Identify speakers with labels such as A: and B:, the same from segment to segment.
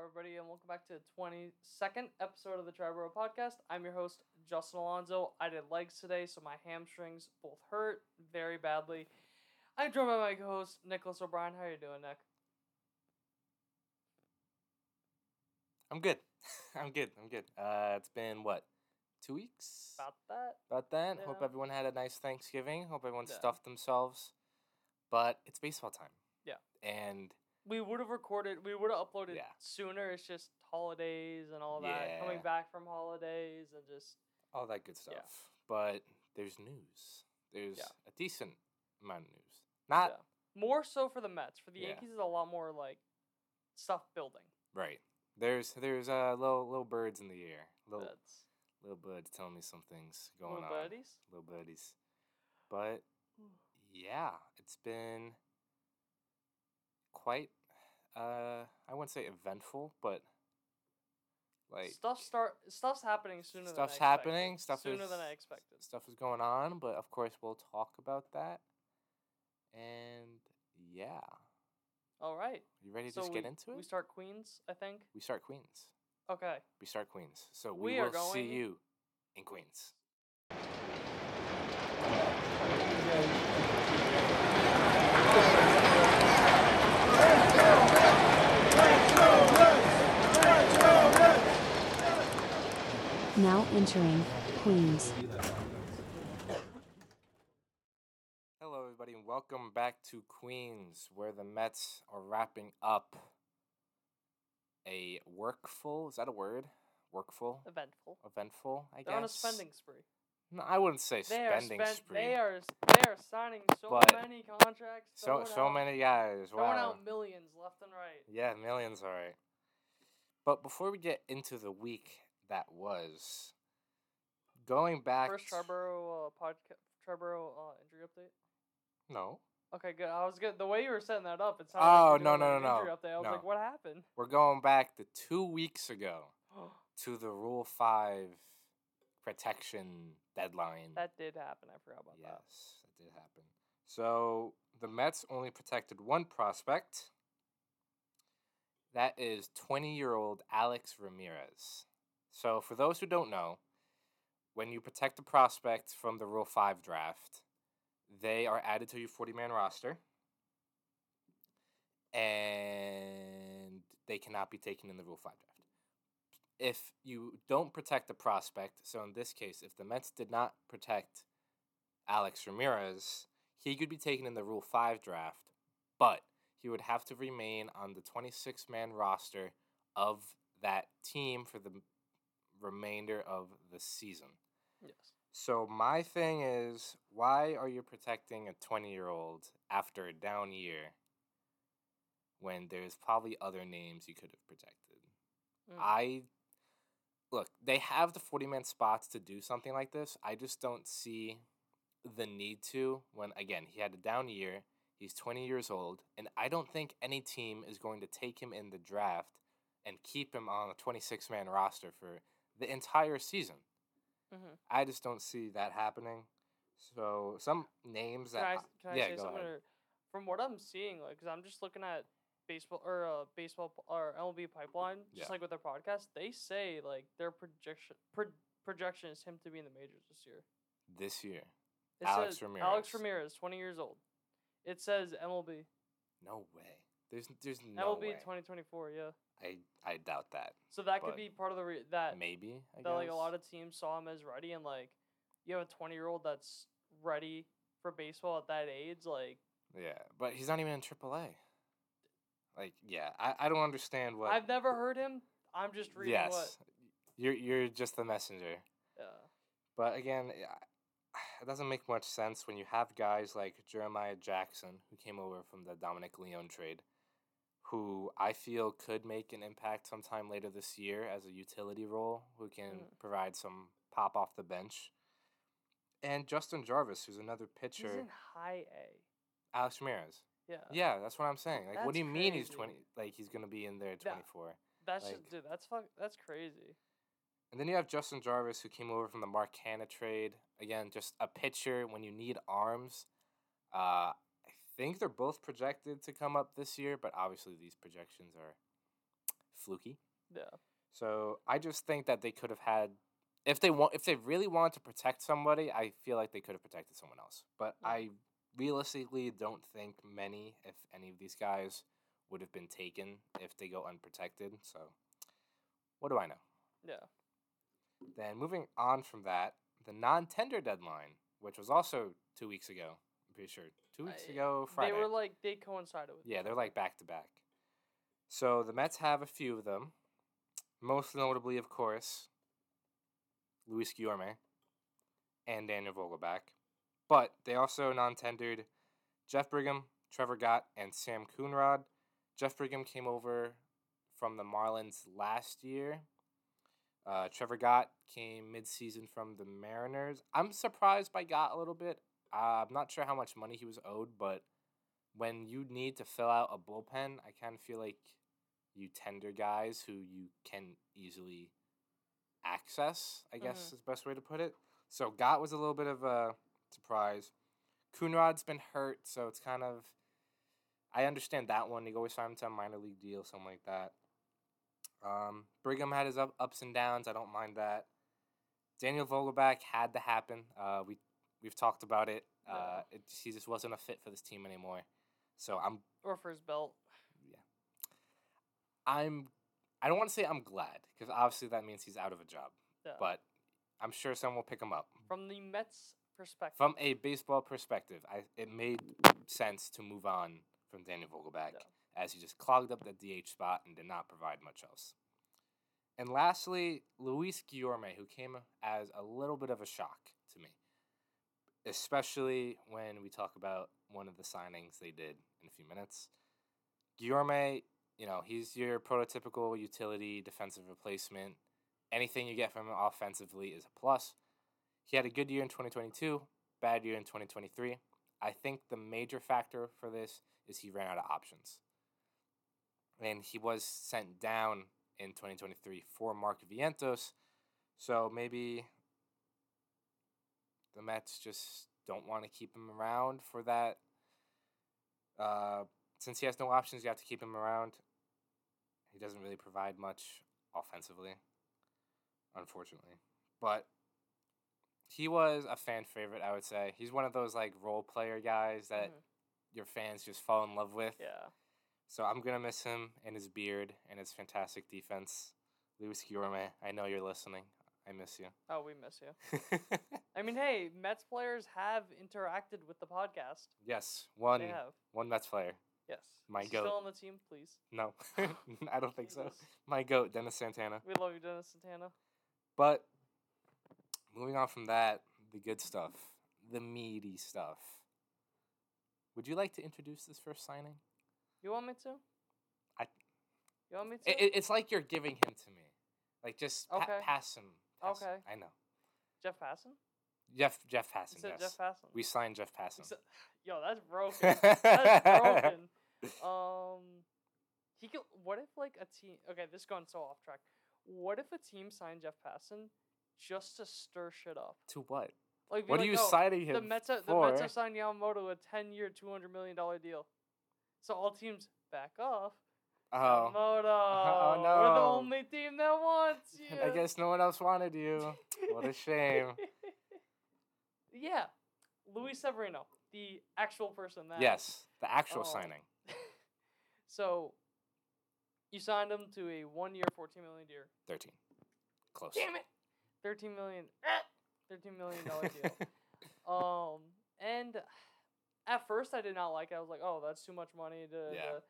A: everybody, and welcome back to the 22nd episode of the Triborough Podcast. I'm your host, Justin Alonzo. I did legs today, so my hamstrings both hurt very badly. I'm joined by my co-host, Nicholas O'Brien. How are you doing, Nick?
B: I'm good. I'm good. I'm good. Uh, it's been what, two weeks?
A: About that?
B: About that.
A: Yeah.
B: Hope everyone had a nice Thanksgiving. Hope everyone
A: Yeah.
B: stuffed themselves. But it's baseball time.
A: Yeah.
B: And
A: We would have recorded, we would have uploaded
B: Yeah.
A: sooner. It's just holidays and all that,
B: Yeah.
A: coming back from holidays and just,
B: all that good
A: Yeah.
B: stuff. But there's news. There's
A: Yeah.
B: a decent amount of news. Not
A: Yeah. more so for the Mets. For the
B: Yeah.
A: Yankees, is a lot more, like, stuff building.
B: right. There's there's uh little little birds in the air. Little
A: That's
B: little birds telling me some things going
A: little
B: on.
A: buddies.
B: little birdies. But yeah, it's been quite uh I wouldn't say eventful, but like
A: stuff start stuff's happening sooner than I
B: stuff's
A: expected.
B: happening, stuff
A: sooner than
B: is-
A: I expected.
B: stuff is going on, but of course we'll talk about that. And yeah.
A: All right.
B: You ready to
A: so
B: just
A: we,
B: get into it?
A: we start Queens, I think.
B: We start Queens.
A: Okay.
B: We start Queens. So we,
A: We are
B: will
A: going-
B: see you in Queens.
C: Now entering Queens.
B: Hello, everybody, and welcome back to Queens, where the Mets are wrapping up a workful. Is that a word? Workful,
A: Eventful.
B: eventful. I
A: They're on a
B: guess.
A: spending spree.
B: No, I wouldn't say
A: They are
B: spending
A: spent.
B: spree.
A: They are they are signing so
B: But-
A: many contracts.
B: so
A: throwing
B: so
A: out-
B: many guys.
A: throwing
B: Wow.
A: out millions left and right.
B: Yeah, millions, all right. But before we get into the week that was, going back.
A: First
B: t-
A: Triborough uh, podcast. Triborough uh, injury update.
B: No,
A: Okay, good. I was good. The way you were setting that up, it sounded
B: Oh,
A: like you were
B: no,
A: doing
B: no,
A: an
B: no,
A: injury
B: no.
A: update. I was
B: No.
A: like, what happened?
B: we're going back to two weeks ago. to the Rule Five protection deadline.
A: that did happen. I forgot about that.
B: yes, that did happen. So the Mets only protected one prospect. That is 20 year old Alex Ramirez. So, for those who don't know, when you protect a prospect from the Rule 5 draft, they are added to your 40 man roster and they cannot be taken in the Rule 5 draft. If you don't protect the prospect, so in this case, if the Mets did not protect Alex Ramirez, he could be taken in the Rule 5 draft, but he would have to remain on the 26 man roster of that team for the remainder of the season.
A: Yes.
B: So my thing is, why are you protecting a twenty-year-old after a down year, when there's probably other names you could have protected?
A: Mm.
B: I look, they have the forty-man spots to do something like this. I just don't see the need to. When again, he had a down year. He's twenty years old, and I don't think any team is going to take him in the draft and keep him on a twenty-six-man roster for the entire season.
A: Mm-hmm.
B: I just don't see that happening. So some names
A: Can
B: that
A: I,
B: I-
A: can I
B: yeah,
A: say
B: go
A: something?
B: ahead.
A: Or, from what I'm seeing, like, cause I'm just looking at baseball or uh, baseball p- or MLB pipeline, just
B: Yeah.
A: like with their podcast, they say like their projection pro- projection is him to be in the majors this year.
B: this year.
A: It
B: Alex
A: says, Alex
B: Ramirez.
A: Ramirez, 20 years old. It says MLB
B: No way. There's there's no
A: MLB
B: way.
A: 2024. Yeah,
B: I I doubt that.
A: so that could
B: But
A: be part of the re- that
B: Maybe. I
A: that like a
B: guess.
A: lot of teams saw him as ready and like you have a 20 year old that's ready for baseball at that age, like.
B: yeah, but he's not even in AAA. Like yeah, I, I don't understand what.
A: I've never heard him. I'm just reading
B: yes,
A: what. uh,
B: you're you're just the messenger.
A: Yeah.
B: But again, I- it doesn't make much sense when you have guys like Jeremiah Jackson, who came over from the Dominic Leone trade, who I feel could make an impact sometime later this year as a utility role, who can
A: Mm.
B: provide some pop off the bench. And Justin Jarvis, who's another
A: He's
B: pitcher,
A: in high A.
B: Alex Ramirez.
A: Yeah.
B: yeah, that's what I'm saying. Like, what
A: Uh, that's
B: do you mean he's
A: crazy.
B: twenty? Like, he's gonna be in there at
A: That-
B: twenty four.
A: That's
B: like-
A: just dude, that's fuck that's crazy.
B: And then you have Justin Jarvis, who came over from the Marcana trade. Again, just a pitcher when you need arms. Uh, I think they're both projected to come up this year, but obviously these projections are fluky.
A: Yeah.
B: So I just think that they could have had, if they want, if they really wanted to protect somebody, I feel like they could have protected someone else. But
A: Yeah.
B: I realistically don't think many, if any of these guys, would have been taken if they go unprotected. So what do I know?
A: Yeah.
B: Oh, Then moving on from that, the non-tender deadline, which was also two weeks ago, I'm pretty sure two weeks
A: I-
B: ago Friday.
A: They were like they coincided with.
B: Yeah, they're like back to back. So the Mets have a few of them. Most notably, of course, Luis Guillorme and Daniel Vogelback. But they also non tendered Jeff Brigham, Trevor Gott, and Sam Coonrod. Jeff Brigham came over from the Marlins last year. Uh, Trevor Gott came midseason from the Mariners. I'm surprised by Gott a little bit. Uh, I'm not sure how much money he was owed, but when you need to fill out a bullpen, I kind of feel like you tender guys who you can easily access, I guess
A: Mhm.
B: is the best way to put it. So Gott was a little bit of a surprise. Coonrod's been hurt, so it's kind of. I understand that one. You always sign him to a minor league deal, something like that. Um, Brigham had his up, ups and downs. I don't mind that. Daniel Vogelback had to happen. Uh, we we've talked about it. Uh, it. He just wasn't a fit for this team anymore. So I'm
A: Or for his belt.
B: I'm I don't want to say I'm glad because obviously that means he's out of a job.
A: Yeah.
B: But I'm sure someone will pick him up.
A: From the Mets' perspective.
B: From a baseball perspective, I it made sense to move on from Daniel Vogelback as he just clogged up the DH spot and did not provide much else. And lastly, Luis Guillorme, who came as a little bit of a shock to me, especially when we talk about one of the signings they did in a few minutes. Guillorme, you know, he's your prototypical utility defensive replacement. Anything you get from him offensively is a plus. He had a good year in 2022, bad year in 2023. I think the major factor for this is he ran out of options. And he was sent down in 2023 for Mark Vientos. So maybe the Mets just don't want to keep him around for that. Uh, since he has no options, you have to keep him around. He doesn't really provide much offensively, unfortunately. But he was a fan favorite, I would say. He's one of those like role player guys that
A: Mhm.
B: your fans just fall in love with.
A: Yeah.
B: So I'm gonna miss him and his beard and his fantastic defense. Luis Guillorme, I know you're listening. I miss you.
A: Oh, we miss you. I mean, hey, Mets players have interacted with the podcast.
B: yes, one
A: They have.
B: one Mets player.
A: Yes.
B: My
A: Is he Still
B: goat.
A: on the team, please.
B: No, I don't think so.
A: Jesus.
B: My goat, Dennis Santana.
A: We love you, Dennis Santana.
B: But moving on from that, the good stuff, the meaty stuff. Would you like to introduce this first signing?
A: You want me to?
B: I-
A: You want me to?
B: It, it- it's like you're giving him to me, like just pa-
A: Okay.
B: pass him. Pass him.
A: Okay.
B: I know.
A: Jeff Passan?
B: Jeff Jeff Passan.
A: You said
B: yes.
A: Jeff Passan.
B: we signed Jeff Passan.
A: Exa- Yo, that's broken. that's broken. Um, he could. What if like a team? Okay, this is going so off track. What if a team signed Jeff Passan just to stir shit up?
B: To what?
A: Like, be
B: What
A: like,
B: are you
A: "Oh,
B: citing him
A: The Mets, are, the
B: for?
A: Mets have signed Yamamoto to a ten-year, two hundred million dollar deal. So all teams back off.
B: oh,
A: Yamamoto, we're the
B: no.
A: only team that wants you.
B: I guess no one else wanted you. What a shame.
A: yeah, Luis Severino, the actual person that.
B: yes, the actual
A: Oh.
B: signing.
A: So you signed him to a one-year, fourteen million year.
B: Thirteen. Close.
A: Damn it. Thirteen million. ah, Thirteen million dollar deal. Um, and at first I did not like it. I was like, oh, that's too much money to.
B: Yeah.
A: to-"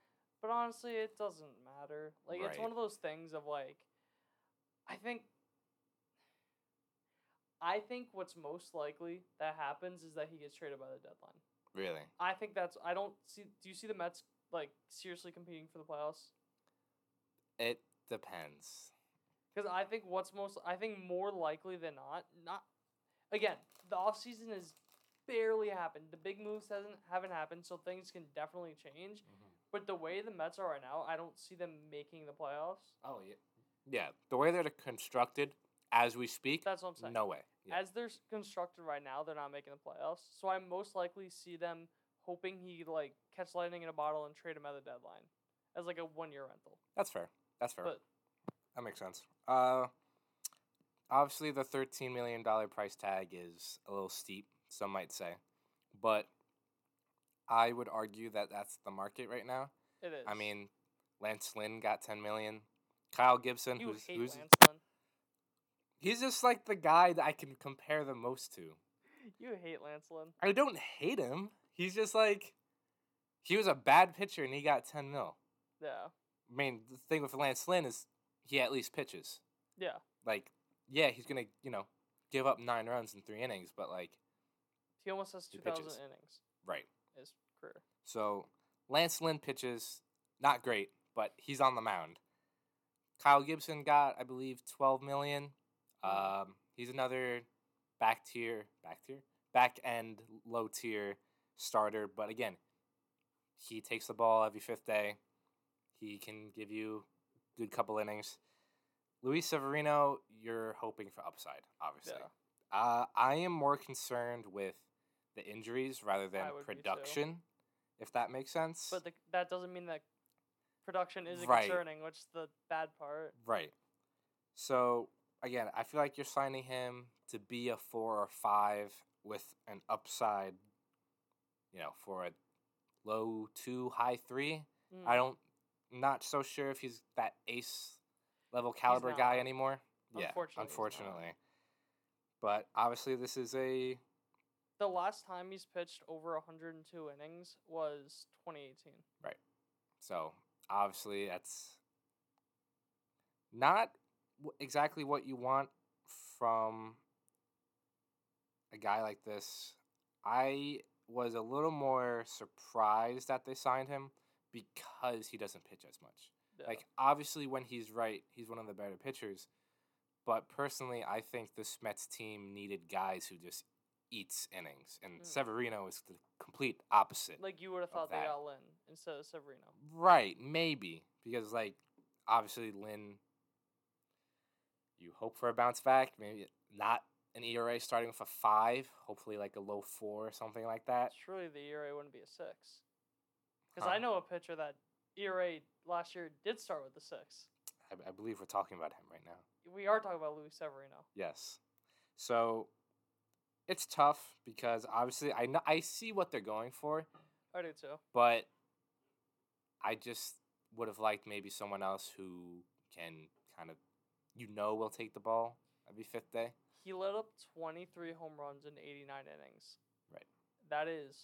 A: But honestly, it doesn't matter. Like it's one
B: Right.
A: of those things of like, I think. I think what's most likely that happens is that he gets traded by the deadline.
B: really?
A: I think that's. I don't see. Do you see the Mets like seriously competing for the playoffs?
B: It depends.
A: Because I think what's most, I think more likely than not, not again, the offseason has barely happened. The big moves hasn't haven't happened, so things can definitely change. But the way the Mets are right now, I don't see them making the playoffs.
B: Oh yeah. Yeah, the way they're constructed as we speak.
A: That's what I'm saying.
B: no way. Yeah.
A: As they're s- constructed right now, they're not making the playoffs. So I most likely see them hoping he like catch lightning in a bottle and trade him at the deadline as like a one year rental.
B: That's fair. That's fair.
A: But-
B: that makes sense. Uh, obviously, the thirteen million dollar price tag is a little steep. Some might say, but I would argue that that's the market right now.
A: It is.
B: I mean, Lance Lynn got ten million. Kyle Gibson,
A: you would
B: who's
A: hate
B: who's
A: Lance Lynn.
B: he's just like the guy that I can compare the most to.
A: You hate Lance Lynn.
B: I don't hate him. He's just like he was a bad pitcher and he got ten mil.
A: Yeah.
B: I mean, the thing with Lance Lynn is he at least pitches.
A: Yeah.
B: Like, yeah, he's gonna you know give up nine runs in three innings, but like
A: He almost has
B: He
A: 2,000 innings
B: pitches. right.
A: in his career.
B: So Lance Lynn pitches not great, but he's on the mound. Kyle Gibson got I believe twelve million. Um, he's another back tier, back tier, back end low tier starter, but again, he takes the ball every fifth day. He can give you good couple innings. Luis Severino, you're hoping for upside, obviously.
A: Yeah.
B: Uh, I am more concerned with the injuries rather than
A: would be too.
B: production, if that makes sense.
A: But the, that doesn't mean that production isn't
B: Right.
A: concerning, which is the bad part.
B: Right. So again, I feel like you're signing him to be a four or five with an upside, you know, for a low two, high three.
A: Mm.
B: I don't, not so sure if he's that ace level caliber
A: not.
B: guy anymore.
A: Unfortunately, he's
B: yeah,
A: not.
B: unfortunately. But obviously, this is a
A: The last time he's pitched over 102 innings was 2018.
B: so obviously that's not w- exactly what you want from a guy like this. I was a little more surprised that they signed him because he doesn't pitch as much.
A: Yeah.
B: Like obviously when he's right, he's one of the better pitchers. But personally, I think this Mets team needed guys who just eats innings, and
A: Mm.
B: Severino is the complete opposite.
A: like you would have
B: of
A: thought they
B: that.
A: got Lynn instead of Severino.
B: Right, maybe because like obviously Lynn, you hope for a bounce back. Maybe not an ERA starting with a five. Hopefully, like a low four or something like that.
A: Surely the ERA wouldn't be a six. Because I
B: Huh.
A: know a pitcher that ERA last year did start with a six.
B: I, I believe we're talking about him right now.
A: We are talking about Luis Severino.
B: Yes, so it's tough because obviously I know, I see what they're going for,
A: I do too.
B: but I just would have liked maybe someone else who can kind of you know will take the ball every fifth day.
A: He let up 23 home runs in 89 innings.
B: Right.
A: That is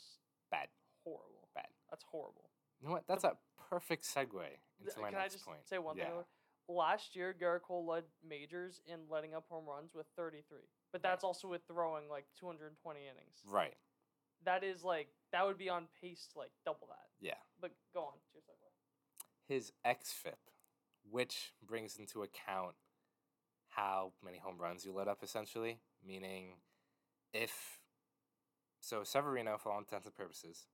B: Bad.
A: horrible.
B: Bad.
A: That's horrible.
B: You know what? That's a perfect segue
A: Th-
B: into my
A: Can I
B: next
A: just
B: point.
A: say one
B: yeah.
A: thing? real quick? Last year, Garrett Cole led majors in letting up home runs with 33, but that's also with throwing like 220 innings.
B: Right.
A: That is like that would be on pace to like double that.
B: Yeah.
A: But go on. to your segue.
B: His xFIP, which brings into account how many home runs you let up, essentially, meaning if so, Severino, for all intents and purposes,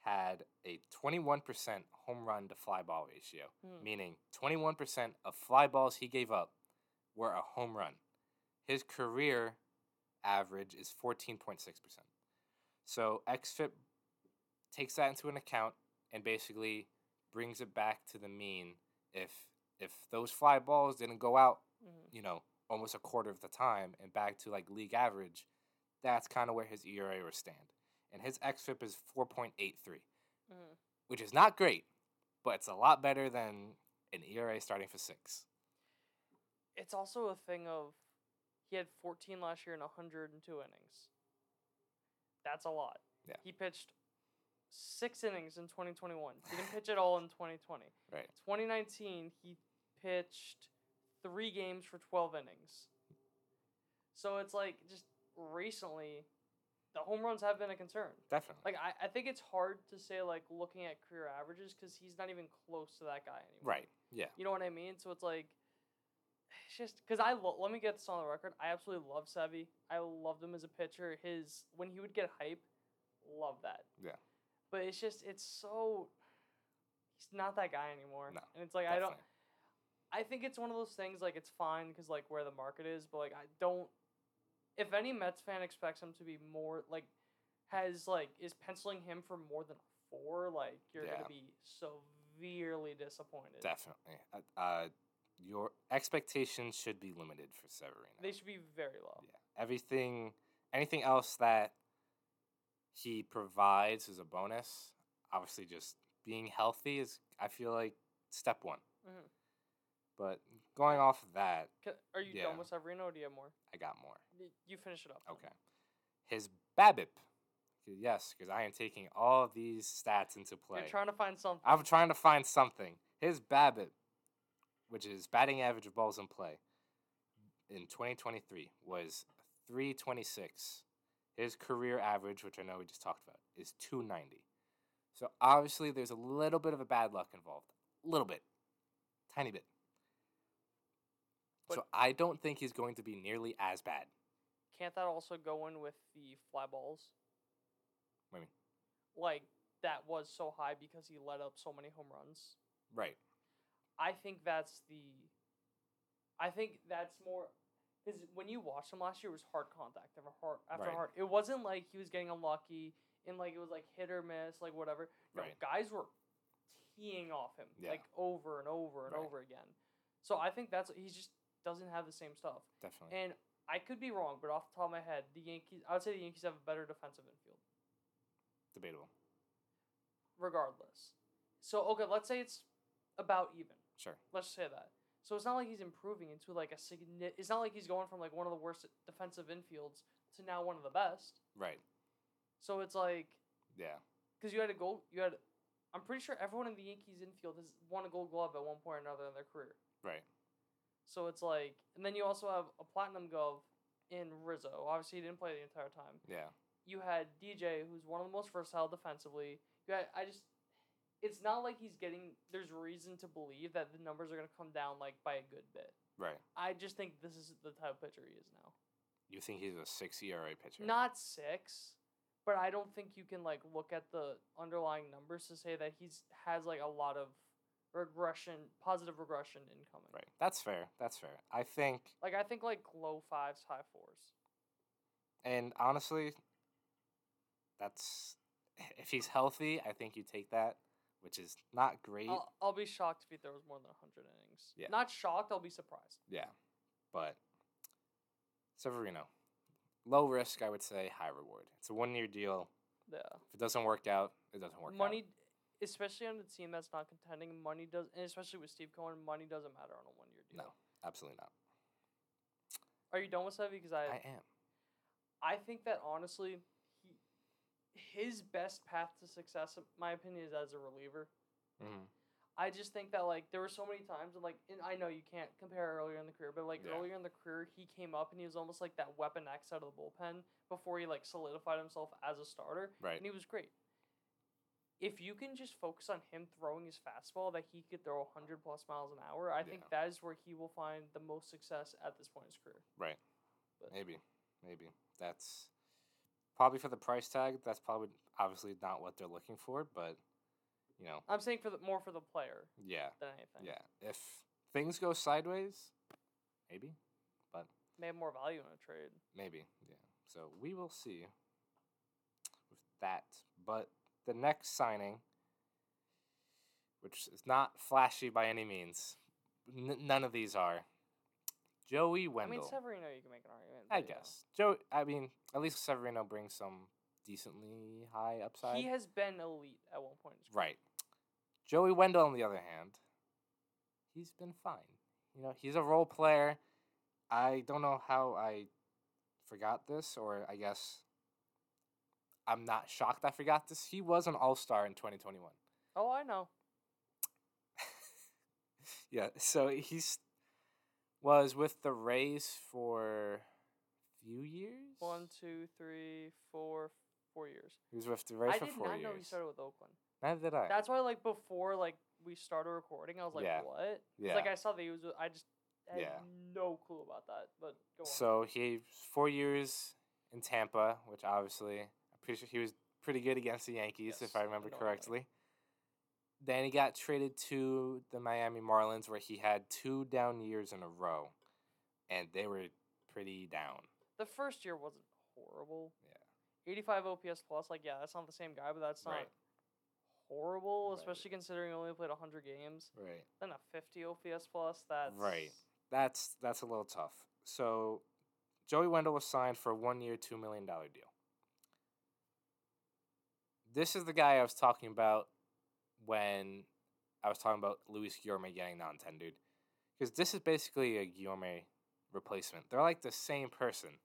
B: had a 21% home run to fly ball ratio,
A: Hmm.
B: meaning 21% of fly balls he gave up were a home run. His career average is 14.6%. So XFIP takes that into an account and basically brings it back to the mean if if those fly balls didn't go out,
A: Mhm.
B: you know, almost a quarter of the time and back to like league average, that's kind of where his E ERA would stand. And his XFIP is 4.83,
A: Mhm.
B: which is not great, but it's a lot better than an ERA starting for 6.
A: It's also a thing of he had 14 last year in 102 innings. That's a lot.
B: Yeah.
A: He pitched six innings in 2021. He didn't pitch at all in 2020.
B: Right.
A: 2019, he pitched three games for 12 innings. So it's like just recently, the home runs have been a concern.
B: Definitely.
A: Like, I, I think it's hard to say, like, looking at career averages because he's not even close to that guy anymore.
B: right. Yeah.
A: You know what I mean? So it's like, it's just because I lo- let me get this on the record. I absolutely love Sevy. I loved him as a pitcher. His when he would get hype, love that.
B: Yeah.
A: But it's just it's so he's not that guy anymore.
B: No,
A: and it's like I don't.
B: definitely.
A: I think it's one of those things like it's fine because like where the market is, but like I don't. If any Mets fan expects him to be more like, has like is penciling him for more than a four, like you're
B: Yeah.
A: gonna be severely disappointed.
B: Definitely. Uh, Uh, Your expectations should be limited for Severino.
A: They should be very low.
B: yeah. Everything, anything else that he provides is a bonus. Obviously, just being healthy is, I feel like, step one.
A: Mhm.
B: But going off of that,
A: Ca- Are you
B: Yeah.
A: done with Severino or do you have more?
B: I got more.
A: Y- You finish it up. then.
B: Okay. His BABIP. Yes, because I am taking all these stats into play.
A: You're trying to find something.
B: I'm trying to find something. His BABIP, which is batting average of balls in play, in 2023 was 326. His career average, which I know we just talked about, is 290. So obviously, there's a little bit of a bad luck involved. A little bit. Tiny bit. so
A: But-
B: I don't think he's going to be nearly as bad.
A: Can't that also go in with the fly balls?
B: What do you mean?
A: Like that was so high because he let up so many home runs.
B: Right.
A: I think that's the. I think that's more because when you watched him last year, it was hard contact after hard after
B: Right.
A: hard. It wasn't like he was getting unlucky and like it was like hit or miss, like whatever. No,
B: Right.
A: guys were teeing off him
B: Yeah.
A: like over and over and
B: Right.
A: over again. So I think that's he just doesn't have the same stuff.
B: Definitely.
A: And I could be wrong, but off the top of my head, the Yankees. I would say the Yankees have a better defensive infield,
B: Debatable.
A: regardless. So okay, let's say it's about even.
B: Sure.
A: Let's say that. So it's not like he's improving into like a significant. It's not like he's going from like one of the worst defensive infields to now one of the best.
B: Right.
A: So it's like
B: Yeah.
A: because you had a goal. You had. I'm pretty sure everyone in the Yankees infield has won a Gold Glove at one point or another in their career.
B: Right.
A: So it's like, and then you also have a Platinum Glove in Rizzo. Obviously, he didn't play the entire time.
B: Yeah.
A: you had DJ, who's one of the most versatile defensively. You had, I just, it's not like he's getting. There's reason to believe that the numbers are gonna come down like by a good bit.
B: Right.
A: I just think this is the type of pitcher he is now.
B: You think he's a six ERA pitcher?
A: Not six, but I don't think you can like look at the underlying numbers to say that he's has like a lot of regression, positive regression incoming.
B: Right. That's fair. That's fair. I think,
A: Like I think like low fives, high fours.
B: and honestly, that's if he's healthy, I think you take that, which is not great.
A: I'll, I'll be shocked if he throws more than 100 innings.
B: Yeah.
A: Not shocked, I'll be surprised.
B: Yeah, but Severino, low risk, I would say, high reward. It's a one year deal.
A: Yeah.
B: If it doesn't work out, it doesn't work
A: money,
B: out.
A: especially on a team that's not contending, money does, and especially with Steve Cohen, money doesn't matter on a one year deal.
B: No, absolutely not.
A: Are you done with Sevy? Because I,
B: I am.
A: I, think that honestly, he, his best path to success, in my opinion, is as a reliever.
B: Mhm.
A: I just think that like there were so many times, and like, and I know you can't compare earlier in the career, but like
B: Yeah.
A: earlier in the career, he came up and he was almost like that weapon X out of the bullpen before he like solidified himself as a starter.
B: Right.
A: and he was great. If you can just focus on him throwing his fastball that he could throw 100 plus miles an hour, I think
B: Yeah.
A: that is where he will find the most success at this point in his career.
B: Right.
A: But-
B: Maybe. Maybe. That's probably for the price tag, that's probably obviously not what they're looking for, but you know,
A: I'm saying for the more for the player
B: yeah.
A: than anything.
B: Yeah. If things go sideways, maybe.
A: May have more value in a trade.
B: Maybe. Yeah. So we will see with that. But the next signing, which is not flashy by any means, n- none of these are. Joey Wendell.
A: I mean, Severino, you can make an argument.
B: I
A: but, you know.
B: guess. Joe, I mean, at least Severino brings some decently high upside.
A: He has been elite at one point. in his career.
B: right. Joey Wendell, on the other hand, he's been fine. You know, he's a role player. I don't know how I forgot this, or I guess I'm not shocked I forgot this. He was an all star in 2021.
A: Oh, I know.
B: Yeah, so he's was with the Rays for a few years.
A: One, two, three, four, four years.
B: He was with the Rays
A: I
B: for
A: did
B: four
A: not
B: years.
A: know he started with Oakland.
B: Neither did I.
A: That's why, like, before, like, we started recording, I was like,
B: Yeah.
A: what?
B: yeah.
A: It's like I saw that he was. I just had
B: Yeah.
A: no clue about that. But go on.
B: so he four years in Tampa, which obviously I'm pretty sure he was pretty good against the Yankees,
A: Yes,
B: if I remember
A: no, I know.
B: correctly. Then he got traded to the Miami Marlins, where he had two down years in a row, and they were pretty down.
A: the first year wasn't horrible.
B: Yeah.
A: Eighty-five OPS plus, like yeah, that's not the same guy, but that's not
B: Right.
A: horrible,
B: Right.
A: especially considering he only played 100 games.
B: Right.
A: Then a 50 OPS plus. That's
B: Right. That's that's a little tough. So Joey Wendell was signed for a one year, two million dollar deal. This is the guy I was talking about when I was talking about Luis Guillorme getting non tendered. Because this is basically a Guillorme replacement. They're like the same person.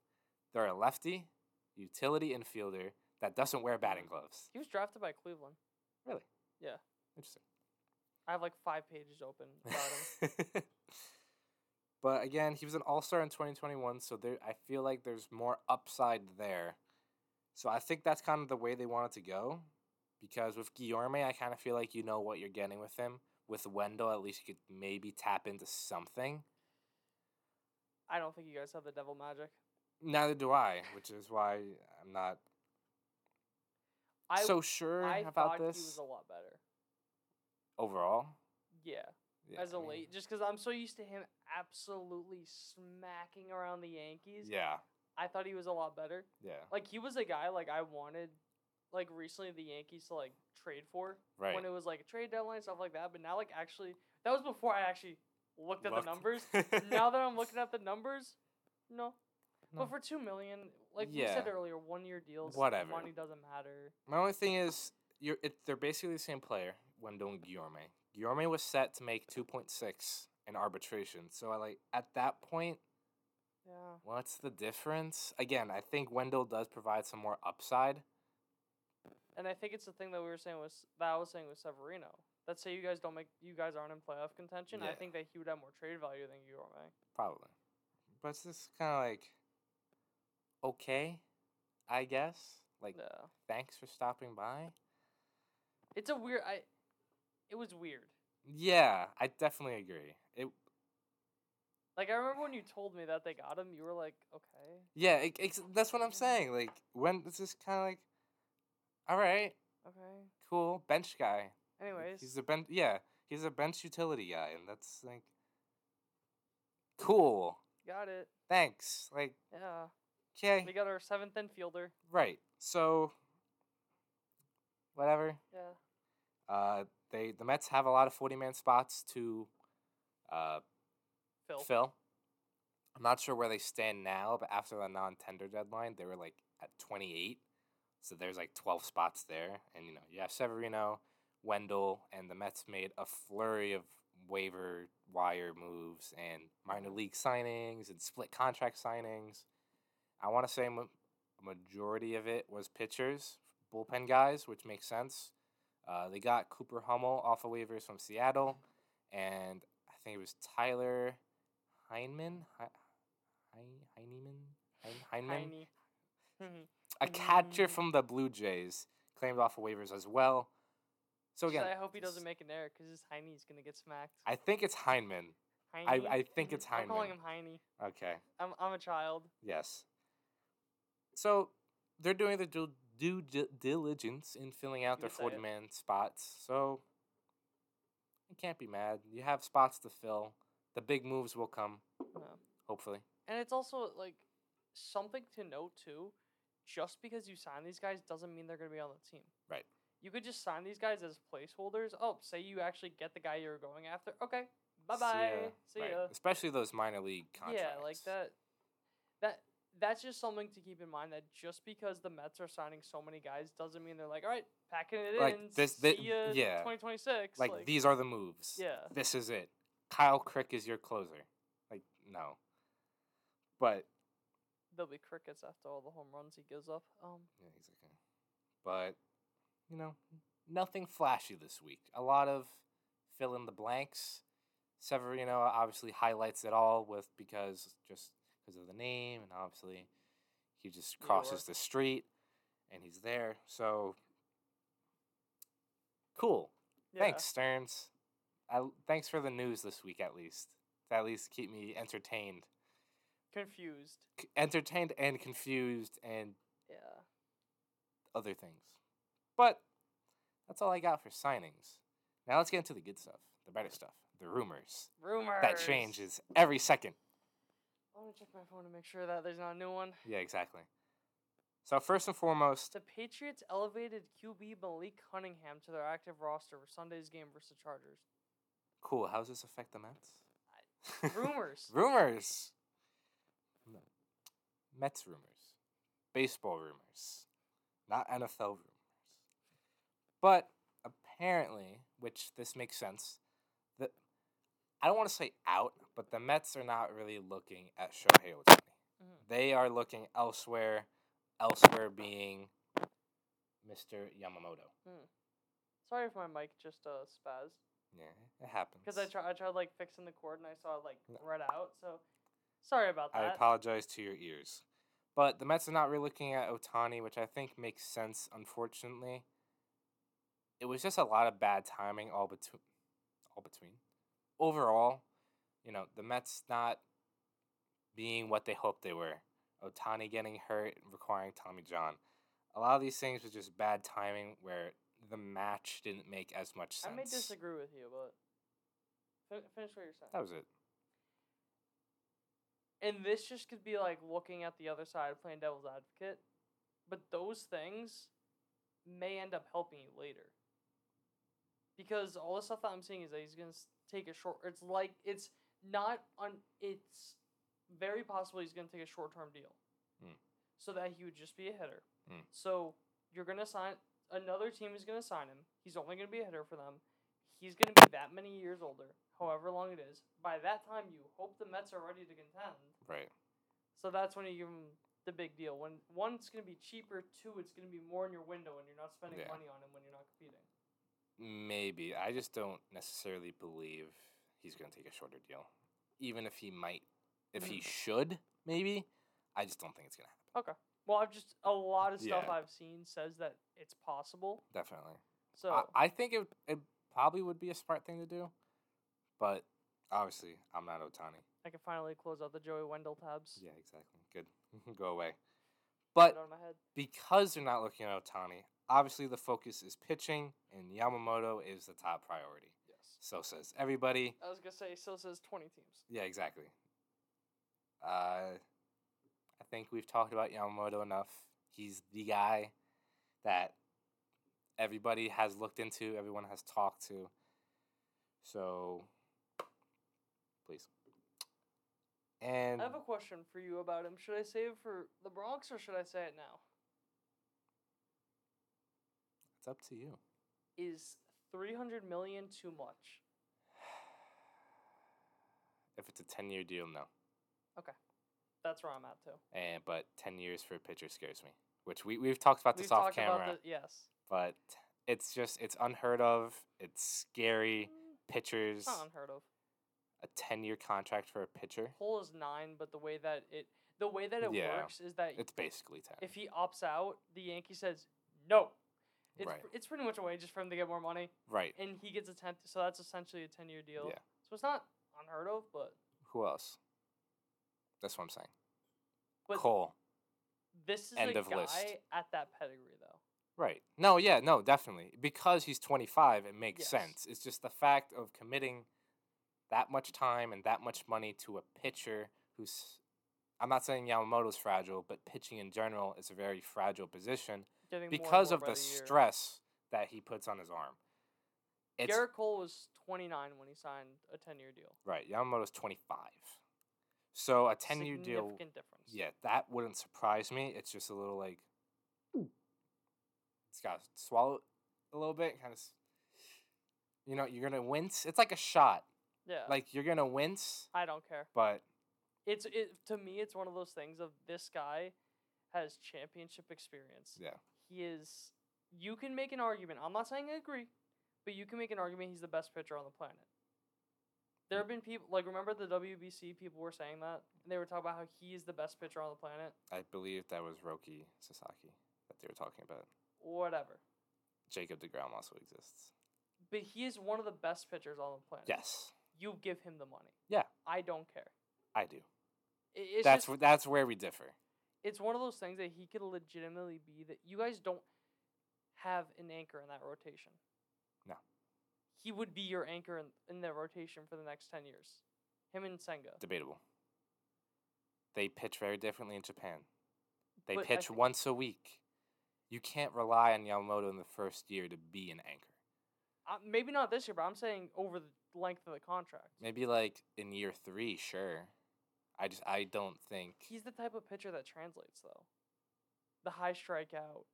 B: They're a lefty, utility infielder that doesn't wear batting gloves.
A: He was drafted by Cleveland.
B: Really?
A: Yeah.
B: Interesting.
A: I have like five pages open about him.
B: but again, he was an All Star in 2021, so there I feel like there's more upside there. So I think that's kind of the way they wanted to go, because with Guillorme, I kind of feel like you know what you're getting with him. With Wendell, at least you could maybe tap into something.
A: I don't think you guys have the devil magic.
B: Neither do I, which is why I'm not
A: I
B: so sure
A: I
B: about
A: thought
B: this
A: he was a lot better.
B: overall.
A: Yeah.
B: Yeah,
A: as a
B: I mean,
A: late, just because I'm so used to him absolutely smacking around the Yankees.
B: Yeah,
A: I thought he was a lot better.
B: yeah,
A: Like he was a guy like I wanted, like recently the Yankees to like trade for
B: right.
A: when it was like a trade deadline stuff like that. But now like actually that was before I actually looked at
B: Looked-
A: the numbers. now that I'm looking at the numbers, no.
B: No.
A: But for two million, like we said
B: Yeah.
A: earlier, one year deals,
B: Whatever.
A: money doesn't matter.
B: My only thing is, you're it, they're basically the same player when doing Guillorme. Guillorme was set to make two point six in arbitration, so I like at that point,
A: Yeah.
B: what's the difference? Again, I think Wendell does provide some more upside.
A: And I think it's the thing that we were saying was that I was saying with Severino. That say you guys don't make you guys aren't in playoff contention. I
B: Yeah.
A: think that he would have more trade value than you are, Mike.
B: Probably. But it's just kind of like, okay, I guess. Like,
A: Yeah.
B: thanks for stopping by.
A: It's a weird I it was weird.
B: Yeah, I definitely agree. It
A: Like I remember when you told me that they got him, you were like, Okay.
B: yeah, it, it's, that's what I'm saying. Like, when it's just kind of like, all right,
A: Okay.
B: cool, bench guy. Like,
A: Anyways.
B: He's a bench. Yeah, he's a bench utility guy, and that's like cool.
A: got it.
B: Thanks. Like,
A: Yeah.
B: okay,
A: We got our seventh infielder.
B: right. So, whatever.
A: Yeah.
B: Uh, they the Mets have a lot of forty man spots to uh
A: Phil.
B: fill. I'm not sure where they stand now, but after the non tender deadline, they were like at twenty eight. So there's like twelve spots there, and you know you have Severino, Wendell, and the Mets made a flurry of waiver wire moves and minor league signings and split contract signings. I want to say ma- a majority of it was pitchers, bullpen guys, which makes sense. Uh, they got Cooper Hummel off of waivers from Seattle, and I think it was Tyler Heineman, He- Hein- Heineman, Hein- Heineman,
A: Heine. Hmm.
B: a catcher
A: Mm.
B: from the Blue Jays, claimed off of waivers as well. So
A: Just,
B: again,
A: I hope he
B: s-
A: doesn't make an error because his Heine's gonna get smacked.
B: I think it's Heineman. I-
A: Heine?
B: I think it's
A: I'm calling him
B: Heineman.
A: Heine.
B: Okay.
A: I'm I'm a child.
B: Yes. So they're doing their due, due di- diligence in filling out
A: You
B: their
A: can say it.
B: 40 man spots. So you can't be mad. You have spots to fill. The big moves will come,
A: Yeah.
B: hopefully.
A: And it's also like something to note too. Just because you sign these guys doesn't mean they're going to be on the team.
B: Right.
A: You could just sign these guys as placeholders. Oh, say you actually get the guy you're going after. Okay. Bye bye. See ya.
B: Right. Especially those minor league contracts.
A: Yeah, like that. That that's just something to keep in mind. That just because the Mets are signing so many guys doesn't mean they're like, all right, packing it
B: Like,
A: in.
B: this- thi-
A: see ya
B: yeah.
A: 2026.
B: Like, these are the moves.
A: Yeah.
B: This is it. Kyle Crick is your closer. Like, no. But
A: There'll be crickets after all the home runs he gives up. Um.
B: Yeah, exactly. But you know, nothing flashy this week. A lot of fill in the blanks. Severino obviously highlights it all with because just because of the name, and obviously he just
A: Yeah,
B: crosses
A: or-
B: the street and he's there. So cool.
A: Yeah.
B: Thanks, Stearns. I, thanks for the news this week, at least. To at least keep me entertained,
A: Confused.
B: C- entertained and confused and
A: Yeah.
B: other things. But that's all I got for signings. Now let's get into the good stuff, the better stuff, the rumors
A: Rumors.
B: that changes every second.
A: Let me check my phone to make sure that there's not a new one.
B: Yeah, exactly. So first and foremost,
A: The Patriots elevated QB Malik Cunningham to their active roster for Sunday's game versus the Chargers.
B: cool. How does this affect the Mets?
A: Rumors.
B: rumors. No. Mets rumors. Baseball rumors. Not NFL rumors. But apparently, which this makes sense, the I don't want to say out, but the Mets are not really looking at Shohei Ohtani.
A: Mhm.
B: They are looking elsewhere, elsewhere being Mr. Yamamoto.
A: Sorry if my mic just uh spazzed.
B: Yeah, it happens.
A: Because I tried, I tried like fixing the cord and I saw it like red out. So sorry about
B: I
A: that.
B: apologize to your ears. But the Mets are not really looking at Otani, which I think makes sense, unfortunately. It was just a lot of bad timing all between all between. Overall, you know, the Mets not being what they hoped they were. Otani getting hurt, requiring Tommy John. A lot of these things was just bad timing where the match didn't make as much sense.
A: I may disagree with you, but fin- finish what you're saying.
B: That was it.
A: and this just could be like looking at the other side, playing devil's advocate. But those things may end up helping you later. Because all the stuff that I'm seeing is that he's gonna s- take a short. It's like it's not on. It's very possible he's gonna take a short term deal,
B: Mm.
A: so that he would just be a hitter.
B: Mm.
A: So you're gonna sign another team is gonna sign him. He's only gonna be a hitter for them. He's gonna be that many years older, however long it is. By that time, you hope the Mets are ready to contend.
B: Right.
A: So that's when you give him the big deal. When one, it's going to be cheaper. Two, it's going to be more in your window, and you're not spending
B: Yeah.
A: money on him when you're not competing.
B: Maybe. I just don't necessarily believe he's going to take a shorter deal. Even if he might, if he should, maybe. I just don't think it's going to
A: Well, I've just a lot of stuff
B: Yeah.
A: I've seen says that it's possible.
B: happen. Definitely.
A: So
B: I, I think it, it probably would be a smart thing to do, but obviously I'm not Otani.
A: I can finally close out the Joey Wendell tabs.
B: Yeah, exactly. Good. Go away.
A: Get
B: But
A: it out of my head.
B: because they're not looking at Otani, obviously the focus is pitching, and Yamamoto is the top priority.
A: Yes.
B: So says everybody.
A: I was gonna say so says twenty teams.
B: Yeah, exactly. Uh, I think we've talked about Yamamoto enough. He's the guy that everybody has looked into, everyone has talked to. So, please. And
A: I have a question for you about him. Should I save it for the Bronx or should I say it now?
B: it's up to you.
A: Is three hundred million too much?
B: If it's a 10 year deal, no.
A: That's where I'm at too.
B: And, but 10 years for a pitcher scares me, which we, we've talked about this
A: We've
B: off
A: talked about
B: camera,
A: the- yes.
B: but it's just, it's unheard of. It's scary.
A: Mm,
B: Pitchers.
A: It's not unheard of.
B: a 10 year contract for a pitcher.
A: Pull is nine, but the way that it the way that it
B: Yeah.
A: works is that
B: It's basically 10.
A: if he opts out, the Yankee says no. It's,
B: Right.
A: pr- it's pretty much a way just for him to get more money,
B: right.
A: and he gets a ten. So that's essentially a ten year deal.
B: Yeah.
A: So it's not unheard of, but
B: Who else? That's what I'm saying.
A: but
B: Cole.
A: this is
B: end
A: a
B: of
A: guy
B: list.
A: at that pedigree though.
B: Right. No, yeah, no, definitely. Because he's 25, it makes
A: Yes.
B: sense. It's just the fact of committing that much time and that much money to a pitcher who's. I'm not saying Yamamoto's fragile, but pitching in general is a very fragile position
A: Getting more and
B: because
A: more
B: of
A: by
B: the
A: year.
B: stress that he puts on his arm. It's
A: Garrett Cole was twenty nine when he signed a ten year deal.
B: right. Yamamoto's 25, so a 10 year deal
A: Significant difference.
B: Yeah, that wouldn't surprise me. It's just a little like it's got to swallow it a little bit, kind of. You know, you're gonna wince. It's like a shot.
A: Yeah.
B: Like you're gonna wince,
A: I don't care.
B: but
A: It's it to me. It's one of those things of this guy has championship experience.
B: yeah,
A: he is you can make an argument i'm not saying i agree but you can make an argument he's the best pitcher on the planet there have been people like remember the wbc people were saying that and they were talking about how he is the best pitcher on the planet
B: I believe that was Roki Sasaki that they were talking about.
A: whatever
B: Jacob Degrom also exists.
A: but he is one of the best pitchers on the planet
B: Yes,
A: you give him the money
B: Yeah.
A: i don't care
B: I do.
A: I- it's
B: that's
A: just,
B: wh- that's where we differ.
A: it's one of those things that he could legitimately be that you guys don't have an anchor in that rotation.
B: No.
A: He would be your anchor in, in the rotation for the next 10 years. Him and Senga.
B: Debatable. They pitch very differently in Japan. They
A: But I
B: pitch
A: thi-
B: once a week. You can't rely on Yamamoto in the first year to be an anchor.
A: Uh, maybe not this year, but I'm saying over the length of the contract.
B: Maybe like in year three, sure. I just I don't think
A: He's the type of pitcher that translates though. The high strikeout.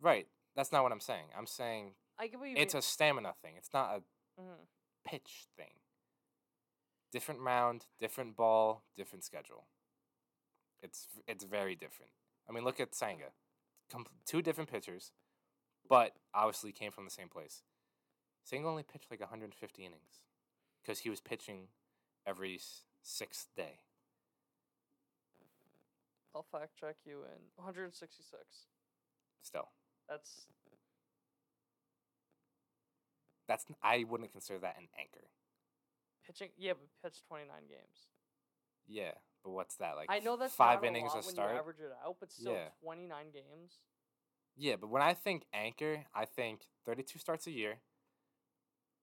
B: right. That's not what I'm saying. I'm saying
A: I get what you
B: it's
A: mean.
B: a stamina thing. It's not a
A: Mhm.
B: pitch thing. Different mound, different ball, different schedule. It's v- it's very different. I mean, look at Sanga, Com- two different pitchers, but obviously came from the same place. Sanga only pitched like 150 innings because he was pitching every s- sixth day.
A: I'll fact check you in 166.
B: Still,
A: That's
B: that's n- I wouldn't consider that an anchor.
A: pitching. Yeah, but pitched 29 games.
B: Yeah, but what's that like?
A: I know that's
B: five
A: not a
B: innings
A: lot
B: a
A: when
B: start.
A: you average it out, but still
B: Yeah.
A: 29 games.
B: Yeah, but when I think anchor, I think 32 starts a year,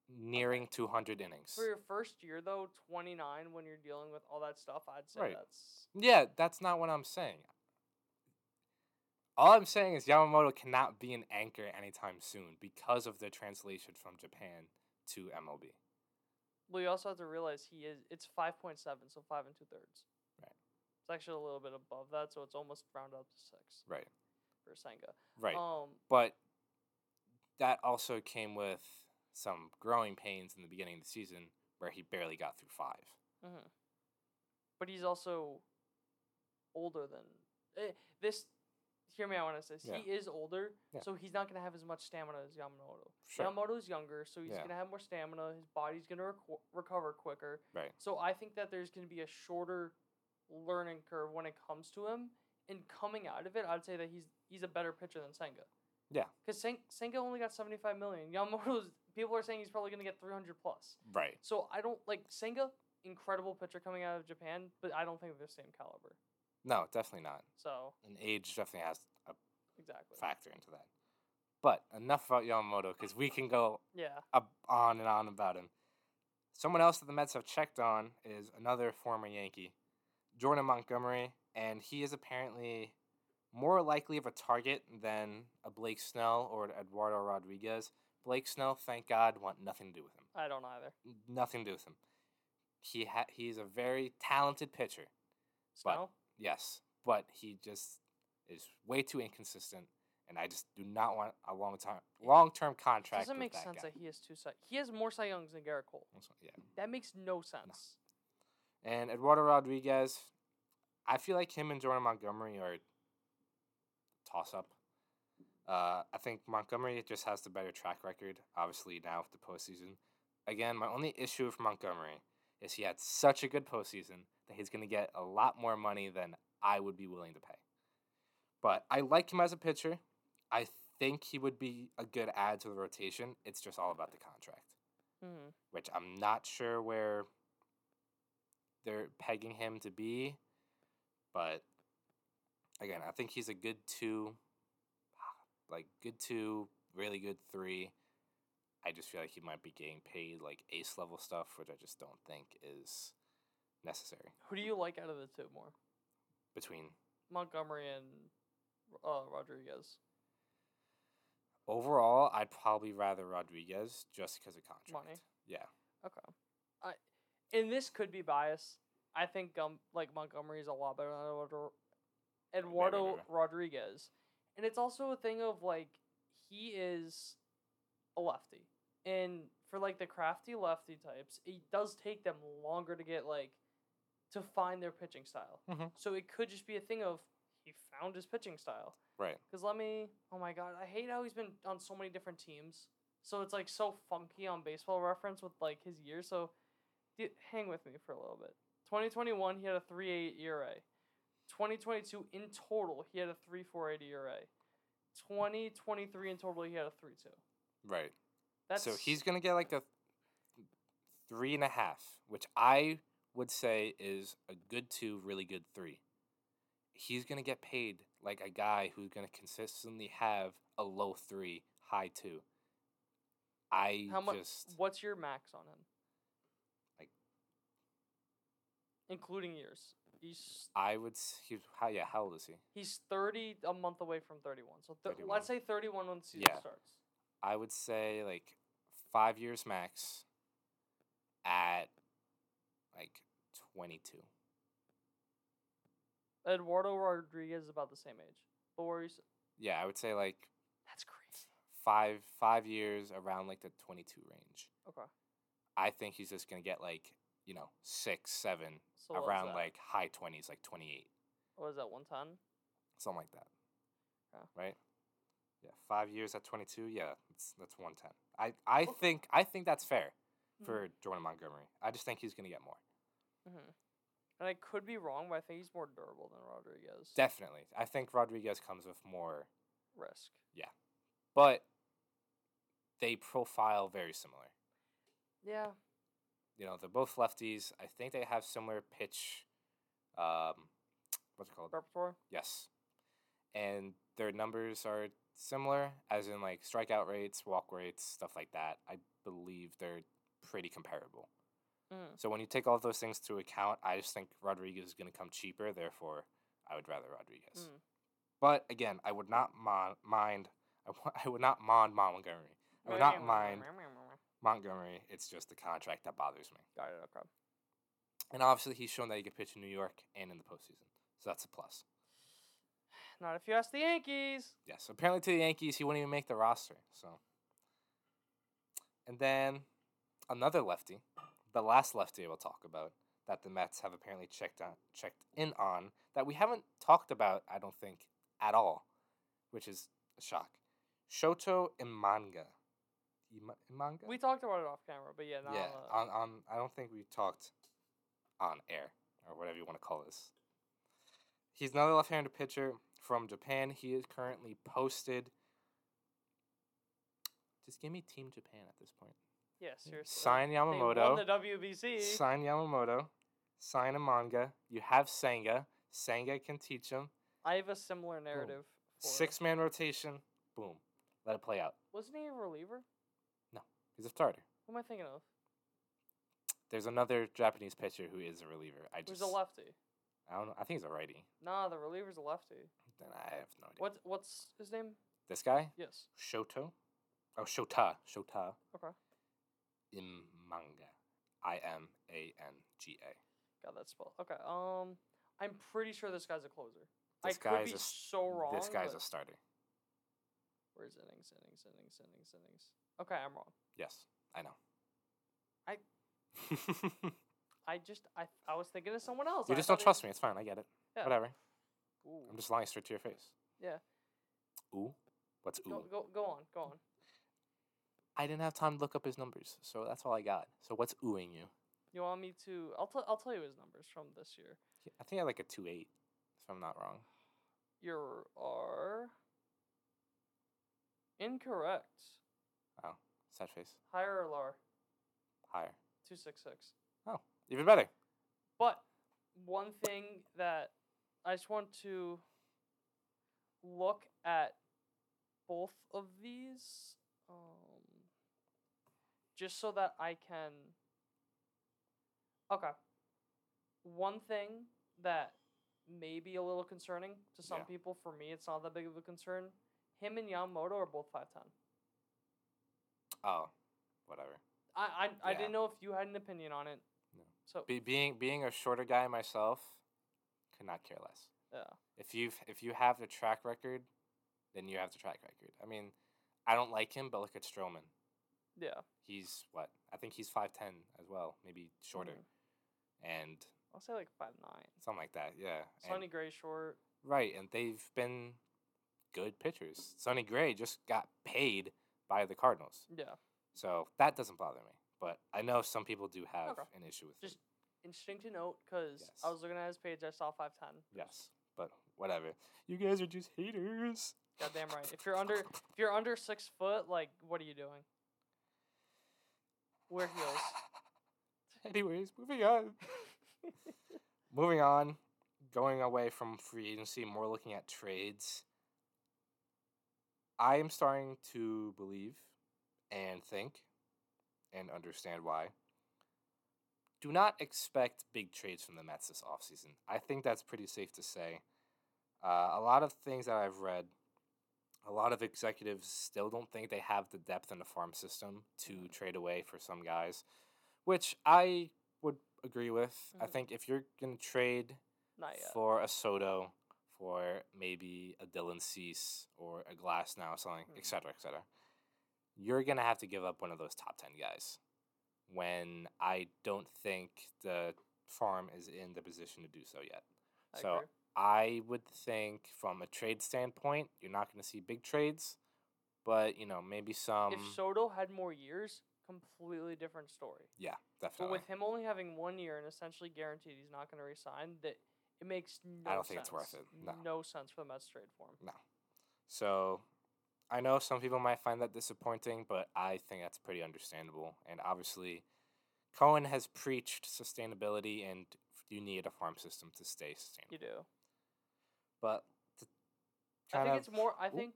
B: nearing 200 innings.
A: For your first year though, 29 when you're dealing with all that stuff, I'd say
B: Right.
A: that's
B: Yeah, that's not what I'm saying. All I'm saying is Yamamoto cannot be an anchor anytime soon because of the translation from Japan to MLB.
A: Well, you also have to realize he is. It's five point seven, so five and two thirds.
B: Right.
A: It's actually a little bit above that, so it's almost round up to six
B: Right.
A: for Senga.
B: Right.
A: Um,
B: but that also came with some growing pains in the beginning of the season where he barely got through five.
A: mhm. but he's also older than eh, this. Hear me out when I say this.
B: Yeah.
A: he is older,
B: Yeah.
A: so he's not gonna have as much stamina as Yamamoto.
B: Sure.
A: Yamamoto is younger, so he's
B: Yeah.
A: gonna have more stamina. His body's gonna reco- recover quicker.
B: Right.
A: So I think that there's going to be a shorter learning curve when it comes to him. And coming out of it, I'd say that he's he's a better pitcher than Senga.
B: Yeah.
A: Because Sen- Senga only got 75 million. Yamamoto's people are saying he's probably going to get 300 plus.
B: Right.
A: So I don't like Senga, incredible pitcher coming out of Japan, but I don't think they're the same caliber.
B: No, definitely not.
A: So
B: And age definitely has a
A: exactly.
B: factor into that. But enough about Yamamoto because we can go
A: Yeah.
B: up, on and on about him. Someone else that the Mets have checked on is another former Yankee, Jordan Montgomery, and he is apparently more likely of a target than a Blake Snell or an Eduardo Rodriguez. Blake Snell, thank God, want nothing to do with him
A: I don't either.
B: nothing to do with him. He ha- he's a very talented pitcher. But-
A: Snell?
B: Yes, but he just is way too inconsistent, and I just do not want a long time long term contract.
A: doesn't
B: with
A: make
B: that
A: sense
B: guy.
A: that he has two Cy. He has more Cy Youngs than Garrett Cole.
B: Also- Yeah,
A: That makes no sense.
B: and Eduardo Rodriguez, I feel like him and Jordan Montgomery are toss up. Uh, I think Montgomery just has the better track record, obviously now with the postseason. Again, my only issue with Montgomery is he had such a good postseason that he's going to get a lot more money than I would be willing to pay. But I like him as a pitcher. I think he would be a good add to the rotation. It's just all about the contract
A: hmm
B: which I'm not sure where they're pegging him to be, but again, I think he's a good two, like good two, really good three. I just feel like he might be getting paid like ace level stuff, which I just don't think is necessary
A: Who do you like out of the two more?
B: between
A: Montgomery and uh, Rodriguez.
B: overall. I'd probably rather Rodriguez just because of contract.
A: Money.
B: Yeah.
A: Okay. I and this could be bias. I think um like Montgomery is a lot better than Eduardo, Eduardo
B: right, right.
A: Rodriguez, and it's also a thing of like he is a lefty, and for like the crafty lefty types, it does take them longer to get like to find their pitching style.
B: Mhm.
A: So it could just be a thing of he found his pitching style.
B: Right.
A: Because let me. Oh my god, I hate how he's been on so many different teams. So it's like so funky on baseball reference with like his years. So d- hang with me for a little bit. 2021, he had a 3.8 ERA. 2022, in total, he had E a 3.48 ERA. 2023, in total, he had a 3.2.
B: Right.
A: That's
B: so he's gonna get like a th- three and a half, which I would say is a good two, really good three. He's gonna get paid like a guy who's gonna consistently have a low three, high two. I
A: How mu-
B: just
A: What's your max on him?
B: Like-
A: including years. He's
B: I would. s- He, how, yeah, how old is he?
A: he's thirty a month away from thirty one. So th-
B: 31.
A: let's say thirty one when the season
B: Yeah.
A: starts.
B: I would say like five years max at like 22.
A: Eduardo Rodriguez is about the same age. But where he's
B: Yeah, I would say like
A: that's crazy.
B: five five years around like the 22 range.
A: Okay.
B: I think he's just gonna get like you know six seven
A: So what is
B: around
A: that?
B: like high 20s, like 28,
A: what is that one ten?
B: something like that.
A: Oh.
B: Right. Yeah, five years at 22. Yeah, that's that's 110. I I think I think that's fair
A: Hmm.
B: for Jordan Montgomery. I just think he's gonna get more.
A: Mm-hmm. And I could be wrong, but I think he's more durable than Rodriguez.
B: Definitely. I think Rodriguez comes with more,
A: risk.
B: but they profile very similar.
A: Yeah.
B: You know, they're both lefties. I think they have similar pitch. Um, what's it called?
A: Repertoire.
B: Yes. And their numbers are similar, as in like strikeout rates, walk rates, stuff like that. I believe they're pretty comparable.
A: Mm.
B: So when you take all those things to account, I just think Rodriguez is going to come cheaper. Therefore, I would rather Rodriguez.
A: Mm.
B: But again, I would not mon- mind. I, wa- I would not mind Montgomery. I
A: Mm-hmm.
B: would not mind Montgomery. It's just the contract that bothers me.
A: Got it. Okay.
B: And obviously, he's shown that he can pitch in New York and in the postseason. So that's a plus.
A: Not if you ask the Yankees.
B: Yes. Apparently, to the Yankees, he wouldn't even make the roster. So. And then another lefty, the last lefty we'll talk about that the Mets have apparently checked on, checked in on that we haven't talked about, I don't think, at all, which is a shock. Shoto Imanga. Ima- Imanga?
A: We talked about it off camera, but yeah, not
B: yeah,
A: on
B: on, on I don't think we talked on air or whatever you want to call this. He's another left-handed pitcher from Japan. He is currently posted. Just give me Team Japan at this point.
A: the, yeah, seriously.
B: Sign
A: They won the
B: Yamamoto.
A: WBC.
B: Sign Yamamoto. Sign Amanga. You have Sanga. Sanga can teach him.
A: I have a similar narrative. For
B: Six-man rotation. Boom. Let it play out.
A: Wasn't he a reliever?
B: He's a starter.
A: Who am I thinking of?
B: There's another Japanese pitcher who is a reliever. I
A: Who's
B: just
A: a lefty?
B: I don't know. I think he's a righty.
A: Nah, the reliever's a lefty.
B: Then I have no idea.
A: What? What's his name?
B: This guy?
A: Yes.
B: Shoto? Oh, Shota. Shota.
A: Okay.
B: Imanga. I M A N G A.
A: Got that spell. Okay. Um, I'm pretty sure this guy's a closer.
B: This
A: I
B: guy
A: could
B: is
A: be
B: a s-
A: so wrong.
B: This guy's
A: but-
B: a starter.
A: Where's innings? Innings? Innings? Innings? Innings? Okay, I'm wrong.
B: Yes, I know.
A: I-
B: you
A: I just I I was thinking of someone else. I
B: just
A: thought
B: don't
A: he-
B: trust me. It's fine. I get it.
A: Yeah.
B: Whatever.
A: Ooh.
B: I'm just lying straight to your face.
A: Yeah.
B: Ooh? What's ooh?
A: Go, go go on go on.
B: I didn't have time to look up his numbers, so that's all I got. So what's oohing you?
A: You want me to? I'll tell I'll tell you his numbers from this year.
B: He- I think I had like a 2 8, if I'm not wrong.
A: You are incorrect.
B: Sad face.
A: Higher or lower?
B: Higher.
A: Two six six.
B: Even better.
A: But one thing that I just want to look at both of these, um, just so that I can. Okay. One thing that may be a little concerning to some
B: Yeah.
A: people, for me, it's not that big of a concern. Him and Yamamoto are both 5'10.
B: Oh, whatever.
A: I, I, I
B: Yeah.
A: didn't know if you had an opinion on it.
B: No.
A: So,
B: Be, being being a shorter guy myself, could not care less.
A: yeah.
B: If you if you have the track record, then you have the track record. I mean, I don't like him, but look at Stroman.
A: Yeah.
B: He's what I think he's five ten as well, maybe shorter,
A: Mhm.
B: and
A: I'll say like 5'9.
B: something like that. Yeah, and-
A: Sonny Gray short.
B: right. And they've been good pitchers. Sonny Gray just got paid by the Cardinals,
A: Yeah.
B: so that doesn't bother me. But I know some people do have
A: Okay.
B: an issue with
A: Just- Interesting to note because I
B: Yes.
A: was looking at his page. I saw five ten.
B: it. Yes, but whatever. You guys are just haters.
A: Goddamn right. If you're under, if you're under six foot, like what are you doing? Wear heels.
B: Anyways, moving on. moving on, going away from free agency, more looking at trades. I am starting to believe and think and understand why do not expect big trades from the Mets this offseason. I think that's pretty safe to say. Uh, a lot of things that I've read, a lot of executives still don't think they have the depth in the farm system to trade away for some guys, which I would agree with. I
A: Mhm.
B: think if you're going to trade
A: Not yet.
B: for a Soto, for maybe a Dylan Cease or a Glass now, something,
A: Mhm.
B: et cetera, et cetera. You're gonna have to give up one of those top ten guys. When I don't think the farm is in the position to do so yet.
A: I
B: so
A: agree.
B: I would think from a trade standpoint, you're not gonna see big trades, but you know, maybe some
A: if Soto had more years, completely different story.
B: Yeah,
A: But
B: definitely.
A: with him only having one year and essentially guaranteed he's not going to resign, that it makes no.
B: don't think it's worth
A: sense.
B: it, no.
A: sense for the Mets trade for him.
B: So I know some people might find that disappointing, but I think that's pretty understandable. And obviously, Cohen has preached sustainability, and you need a farm system to stay sustainable.
A: You do.
B: But to
A: I
B: kind
A: think
B: of-
A: it's more. I
B: Oop.
A: think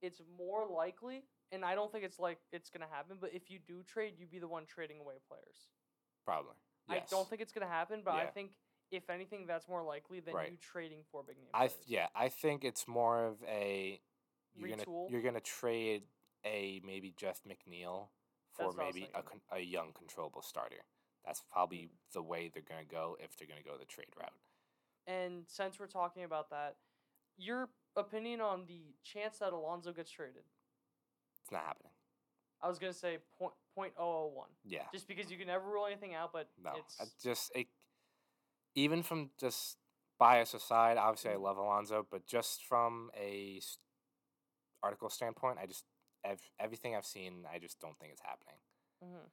A: it's more likely, and I don't think it's like it's going to happen. But if you do trade, you'd be the one trading away players.
B: probably.
A: I don't
B: Yes.
A: think it's going to happen, but I
B: Yeah.
A: think if anything, that's more likely than
B: Right.
A: you trading for big name.
B: I th-
A: players.
B: yeah, I think it's more of a you're
A: Retool?
B: gonna you're gonna trade a maybe Jeff McNeil
A: That's
B: for
A: what I was
B: maybe a,
A: thinking.
B: con- a young controllable starter. That's probably
A: Mm-hmm.
B: the way they're gonna go if they're gonna go the trade route.
A: And since we're talking about that, your opinion on the chance that Alonzo gets traded?
B: It's not happening.
A: I was gonna say point point oh oh one,
B: Yeah.
A: just because you can never rule anything out, but
B: No,
A: it's
B: I just it, even from just bias aside. Obviously, I
A: Mm-hmm.
B: love Alonzo, but just from a s- article standpoint, I just ev- everything I've seen, I just don't think it's happening.
A: Mhm.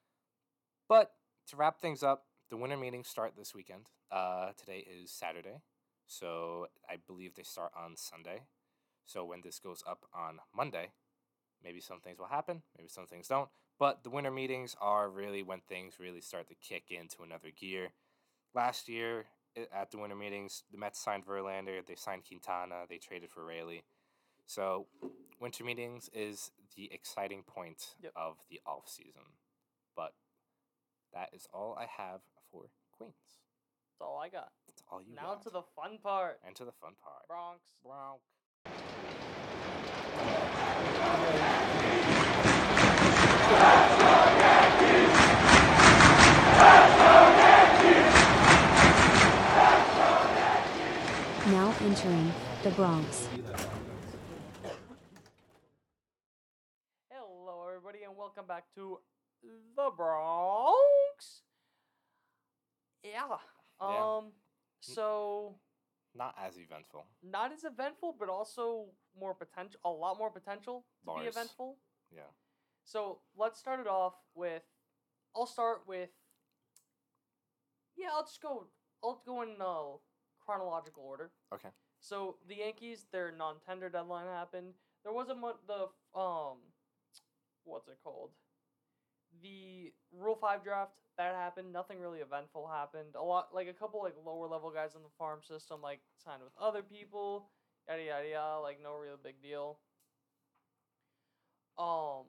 B: But to wrap things up, the winter meetings start this weekend. Uh, today is Saturday, so I believe they start on Sunday. So when this goes up on Monday, maybe some things will happen, maybe some things don't. But the winter meetings are really when things really start to kick into another gear. Last year i- at the winter meetings, the Mets signed Verlander, they signed Quintana, they traded for Rayleigh. So winter meetings is the exciting point
A: Yep.
B: of the off season. But that is all I have for Queens.
A: that's all I got.
B: That's all you
A: now
B: got.
A: to the fun part,
B: and to the fun part.
A: Bronx.
B: Bronk.
C: Now entering the Bronx.
A: Hello, everybody, and welcome back to the Bronx. Yeah.
B: Yeah.
A: Um. So
B: Not as eventful.
A: not as eventful, but also more potential. A lot more potential to be
B: Bars.
A: eventful.
B: Yeah.
A: So let's start it off with. I'll start with. Yeah, I'll just go. I'll go in uh, chronological order.
B: Okay.
A: So the Yankees, their non-tender deadline happened. There wasn't much the um, what's it called? The Rule Five draft that happened. Nothing really eventful happened. A lot like a couple like lower level guys in the farm system like signed with other people. Yada yada yada. Like no real big deal. Um,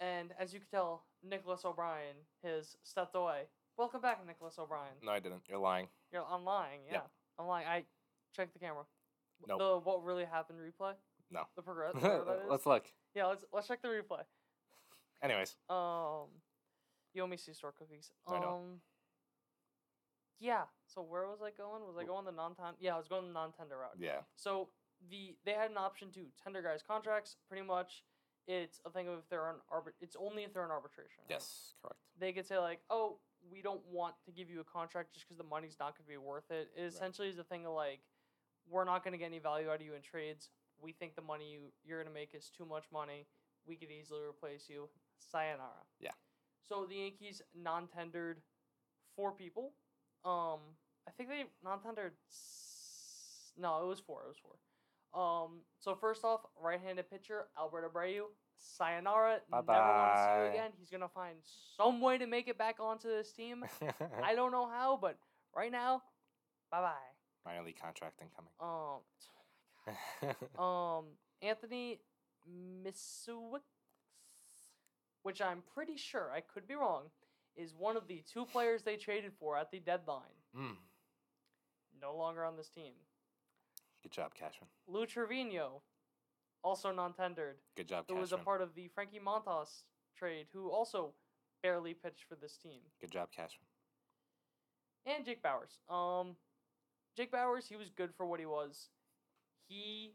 A: and as you can tell, Nicholas O'Brien has stepped away. Welcome back, Nicholas O'Brien.
B: No, I didn't. You're lying.
A: You're, I'm lying.
B: Yep.
A: Yeah, I'm lying. I check the camera.
B: Nope.
A: The what really happened replay.
B: No.
A: The progress. whatever that is.
B: Let's look.
A: yeah, let's let's check the replay.
B: Anyways,
A: Um, you owe me C-store cookies.
B: I know.
A: Um, yeah. So where was I going? Was I going the non-ten? Yeah, I was going the non-tender route.
B: yeah.
A: So the they had an option to tender guys' contracts. Pretty much, it's a thing of if they're on arbit. It's only if they're in arbitration. right?
B: Yes, correct.
A: they could say like, "Oh, we don't want to give you a contract just because the money's not going to be worth it." It essentially is a thing of like, "We're not going to get any value out of you in trades. We think the money you you're going to make is too much money. We could easily replace you. Sayonara."
B: Yeah.
A: So the Yankees non-tendered four people. Um, I think they non-tendered. s- No, it was four. It was four. Um, so first off, right-handed pitcher Albert Abreu, sayonara. Never want to see you
B: Bye-bye.
A: again. He's gonna find some way to make it back onto this team. I don't know how, but right now, bye bye.
B: Minor league contract incoming.
A: Um, um, Anthony Misiewicz, which I'm pretty sure I could be wrong, is one of the two players they traded for at the deadline.
B: Mm.
A: No longer on this team.
B: Good job, Cashman.
A: Lou Trevino, also non tendered,
B: Good job,
A: who was a
B: Cashman.
A: part of the Frankie Montas trade, who also barely pitched for this team.
B: Good job, Cashman.
A: and Jake Bowers. Um, Jake Bowers, he was good for what he was. He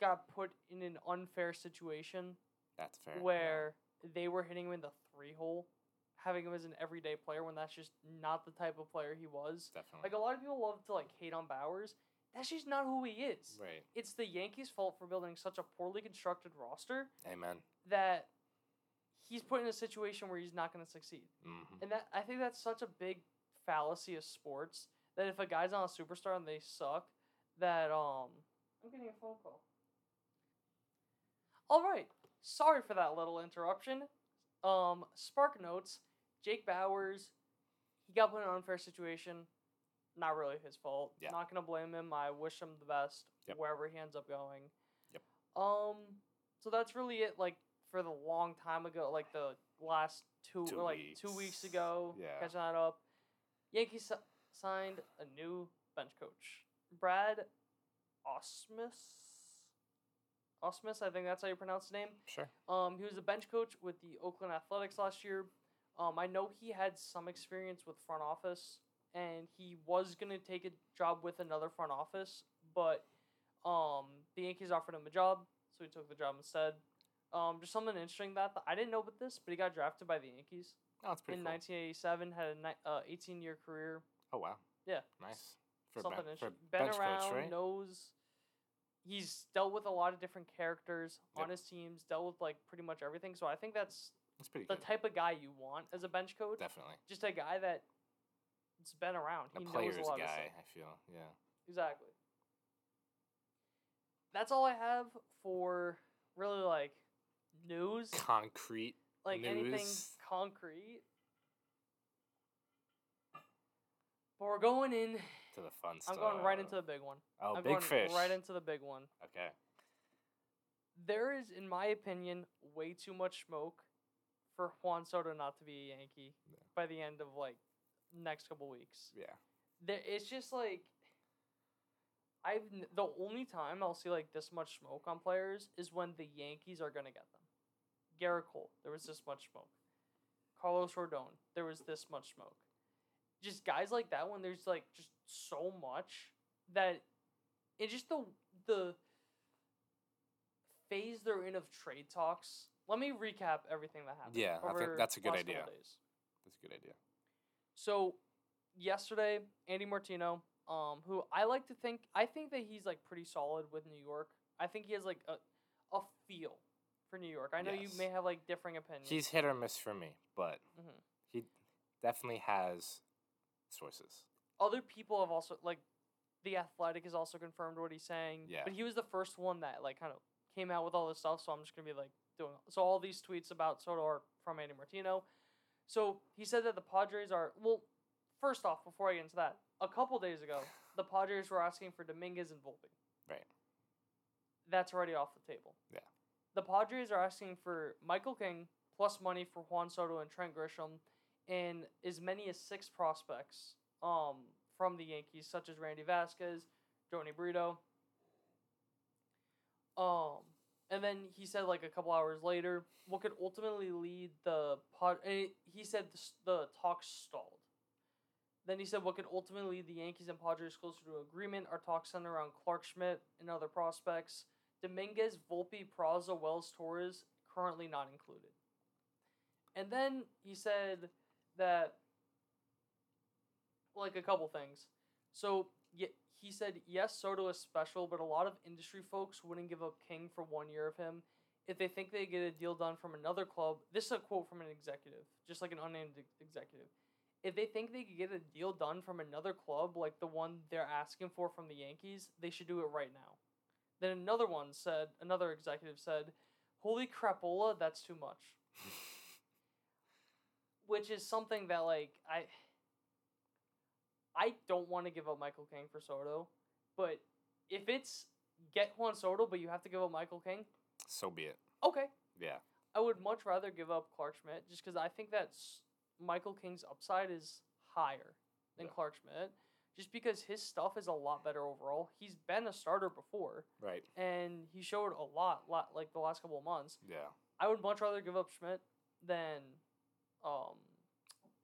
A: got put in an unfair situation
B: That's fair.
A: where they were hitting him in the three hole, having him as an everyday player when that's just not the type of player he was.
B: Yeah, definitely.
A: Like a lot of people love to like hate on Bowers. That's just not who he is.
B: right.
A: It's the Yankees' fault for building such a poorly constructed roster
B: Amen.
A: that he's put in a situation where he's not going to succeed.
B: hmm
A: And that I think that's such a big fallacy of sports that if a guy's not a superstar and they suck, that um I'm getting a phone call. All right. Sorry for that little interruption. Um Spark Notes, Jake Bowers, he got put in an unfair situation. Not really his fault.
B: Yeah.
A: Not gonna blame him. I wish him the best
B: Yep.
A: wherever he ends up going.
B: Yep.
A: Um so that's really it like for the long time ago, like the last two,
B: Two
A: or like two
B: weeks.
A: weeks ago.
B: Yeah.
A: Catching that up. Yankees si- signed a new bench coach, Brad Osmus. Osmus, I think that's how you pronounce his name.
B: Sure.
A: Um, he was a bench coach with the Oakland Athletics last year. Um, I know he had some experience with front office, and he was gonna take a job with another front office, but um, the Yankees offered him a job, so he took the job instead. Um, just something interesting that I didn't know about this, but he got drafted by the Yankees
B: No, it's pretty
A: in
B: cool.
A: 1987. Had a ni- uh, 18 year career.
B: Oh wow.
A: Yeah.
B: Nice. For, ben-
A: something
B: for
A: interesting. Been
B: bench
A: around,
B: coach, right?
A: knows. He's dealt with a lot of different characters
B: Yep.
A: on his teams. Dealt with like pretty much everything. So I think that's
B: That's pretty
A: the
B: good.
A: type of guy you want as a bench coach.
B: Definitely.
A: Just a guy that's been around.
B: A
A: he
B: player's
A: knows a lot
B: guy,
A: of stuff.
B: I feel. Yeah.
A: Exactly. That's all I have for really like news,
B: Concrete.
A: like anything
B: news.
A: concrete. But we're going in.
B: to the fun
A: I'm
B: stuff.
A: going right into the big one.
B: oh
A: I'm
B: big
A: going
B: fish.
A: right into the big one.
B: okay.
A: There is, in my opinion, way too much smoke for Juan Soto not to be a Yankee
B: Yeah.
A: by the end of like next couple weeks.
B: Yeah.
A: There, it's just like I've n- the only time I'll see like this much smoke on players is when the Yankees are gonna get them. Garrett Cole, there was this much smoke. Carlos Rodon, there was this much smoke. Just guys like that when there's like just so much that it's just the the phase they're in of trade talks. Let me recap everything that happened.
B: Yeah, I think
A: over
B: that's a good
A: last couple
B: idea.
A: days.
B: That's a good idea.
A: So yesterday, Andy Martino, um, who I like to think I think that he's like pretty solid with New York. I think he has like a, a feel for New York. I know
B: Yes.
A: you may have like differing opinions.
B: He's hit or miss for me, but
A: Mhm.
B: he definitely has sources.
A: Other people have also like the Athletic has also confirmed what he's saying.
B: Yeah.
A: But he was the first one that like kind of came out with all this stuff, so I'm just gonna be like doing so all these tweets about Soto are from Andy Martino. So he said that the Padres are well, first off, before I get into that, a couple days ago, the Padres were asking for Dominguez and Volpe.
B: Right.
A: That's already off the table.
B: Yeah.
A: The Padres are asking for Michael King plus money for Juan Soto and Trent Grisham and as many as six prospects um, from the Yankees, such as Randy Vasquez, Joni Brito. Um, and then he said, like a couple hours later, what could ultimately lead the pod. And he said the, s- the talks stalled. Then he said, what could ultimately lead the Yankees and Padres closer to agreement are talks centered around Clark Schmidt and other prospects. Dominguez, Volpe, Peraza, Wells, Torres, currently not included. And then he said that, like, a couple things. So ye- he said, yes, Soto is special, but a lot of industry folks wouldn't give up King for one year of him if they think they get a deal done from another club. This is a quote from an executive, just like an unnamed ex- executive. If they think they could get a deal done from another club like the one they're asking for from the Yankees, they should do it right now. Then another one said, another executive said, "Holy crapola, that's too much," which is something that like I, I don't want to give up Michael King for Soto, but if it's get Juan Soto, but you have to give up Michael King,
B: So be it.
A: okay,
B: Yeah.
A: I would much rather give up Clark Schmidt just because I think that's Michael King's upside is higher than
B: Yeah.
A: Clark Schmidt, just because his stuff is a lot better overall. He's been a starter before,
B: Right.
A: and he showed a lot, lot like the last couple of months.
B: Yeah.
A: I would much rather give up Schmidt than, um,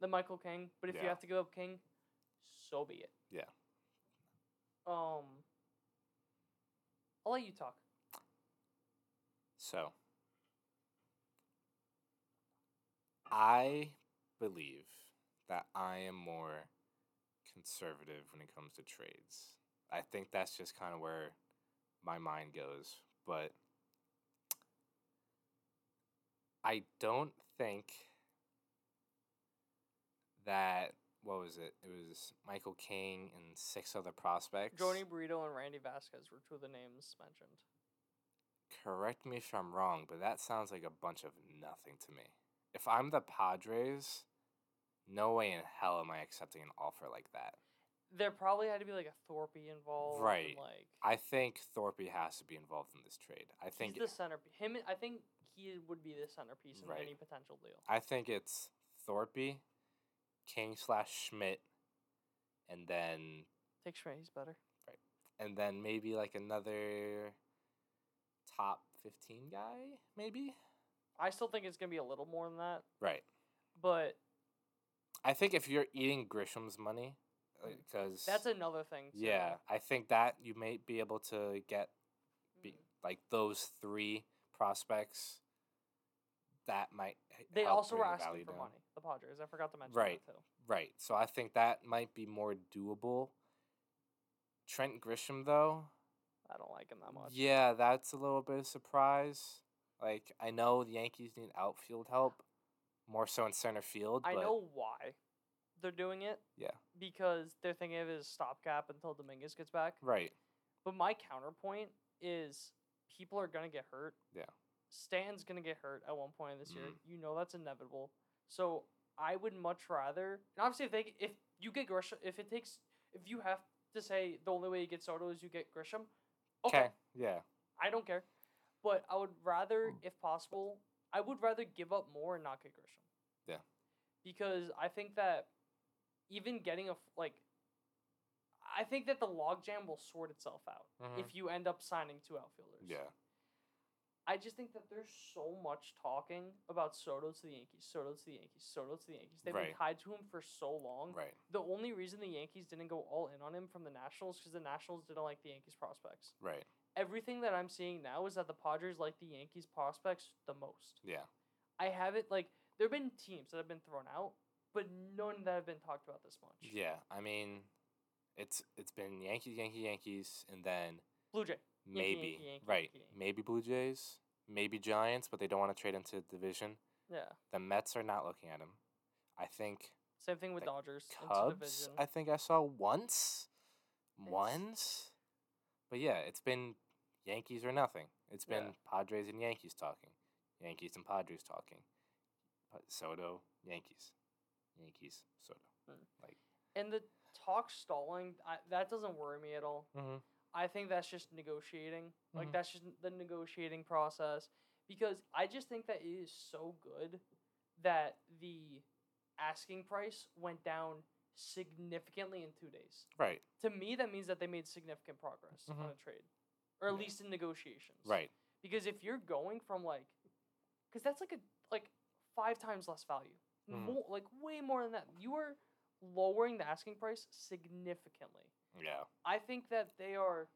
A: than Michael King. But if you
B: Yeah.
A: have to give up King, so be it.
B: Yeah.
A: Um, I'll let you talk.
B: So, I believe that I am more conservative when it comes to trades. I think that's just kind of where my mind goes, but I don't think that what was it? It was Michael King and six other prospects.
A: Joni Burrito and Randy Vasquez were two of the names mentioned.
B: correct me if I'm wrong, but that sounds like a bunch of nothing to me. If I'm the Padres, no way in hell am I accepting an offer like that.
A: There probably had to be like a Thorpe involved. and,
B: Right.
A: like
B: I think Thorpe has to be involved in this trade. I think
A: he's the center. Him. I think he would be the centerpiece in
B: Right.
A: any potential deal.
B: I think it's Thorpe, King slash Schmidt, and then
A: Take Schmidt. He's better.
B: and then maybe like another top fifteen guy, maybe.
A: I still think it's gonna be a little more than that,
B: Right.
A: but
B: I think if you're eating Grisham's money, because
A: that's another thing. Too.
B: Yeah, I think that you may be able to get be, like those three prospects. That might h-
A: They
B: help
A: also
B: bring
A: were
B: the
A: asking
B: value
A: for
B: down.
A: money. The Padres. I forgot to mention
B: Right.
A: that too.
B: Right, so I think that might be more doable. Trent Grisham, though,
A: I don't like him that much.
B: yeah, that's a little bit of surprise. Like I know the Yankees need outfield help, more so in center field.
A: I
B: but
A: know why they're doing it.
B: Yeah.
A: Because they're thinking of it as stopgap until Dominguez gets back.
B: Right,
A: But my counterpoint is people are gonna get hurt.
B: Yeah.
A: Stan's gonna get hurt at one point this year.
B: Mhm.
A: You know that's inevitable. So I would much rather and obviously if they if you get Grisham if it takes if you have to say the only way you get Soto is you get Grisham, okay.
B: okay, yeah,
A: I don't care. But I would rather,
B: Mm.
A: if possible, I would rather give up more and not get Grisham.
B: Yeah.
A: Because I think that even getting a f- like, I think that the logjam will sort itself out
B: Mhm.
A: if you end up signing two outfielders.
B: yeah,
A: I just think that there's so much talking about Soto to the Yankees, Soto to the Yankees, Soto to the Yankees. They've
B: Right.
A: been tied to him for so long.
B: right,
A: The only reason the Yankees didn't go all in on him from the Nationals because the Nationals didn't like the Yankees prospects
B: right,
A: everything that I'm seeing now is that the Padres like the Yankees prospects the most.
B: yeah,
A: I haven't like there have been teams that have been thrown out, but none that have been talked about this much.
B: yeah. I mean, it's it's been Yankees, Yankee, Yankees, and then
A: Blue Jay. Yankee,
B: Maybe.
A: Yankee, Yankee,
B: right.
A: Yankee, Yankee.
B: Maybe Blue Jays. Maybe Giants, but they don't want to trade into the division.
A: Yeah.
B: The Mets are not looking at him. I think
A: Same thing with
B: The
A: Dodgers. into
B: Cubs,
A: division.
B: I think I saw once.
A: It's-
B: Once. But yeah, it's been Yankees or nothing. It's
A: Yeah.
B: been Padres and Yankees talking. Yankees and Padres talking. Pa- Soto, Yankees. Yankees, Soto.
A: and the talk stalling I, that doesn't worry me at all.
B: Mm-hmm.
A: I think that's just negotiating. Like
B: Mhm.
A: that's just the negotiating process because I just think that it is so good that the asking price went down significantly in 2 days.
B: Right,
A: To me that means that they made significant progress on
B: Mhm.
A: a trade or at
B: Yeah.
A: least in negotiations.
B: right.
A: Because if you're going from like cuz that's like a like five times less value.
B: Mhm.
A: More, like way more than that. You are lowering the asking price significantly.
B: Yeah.
A: I think that they are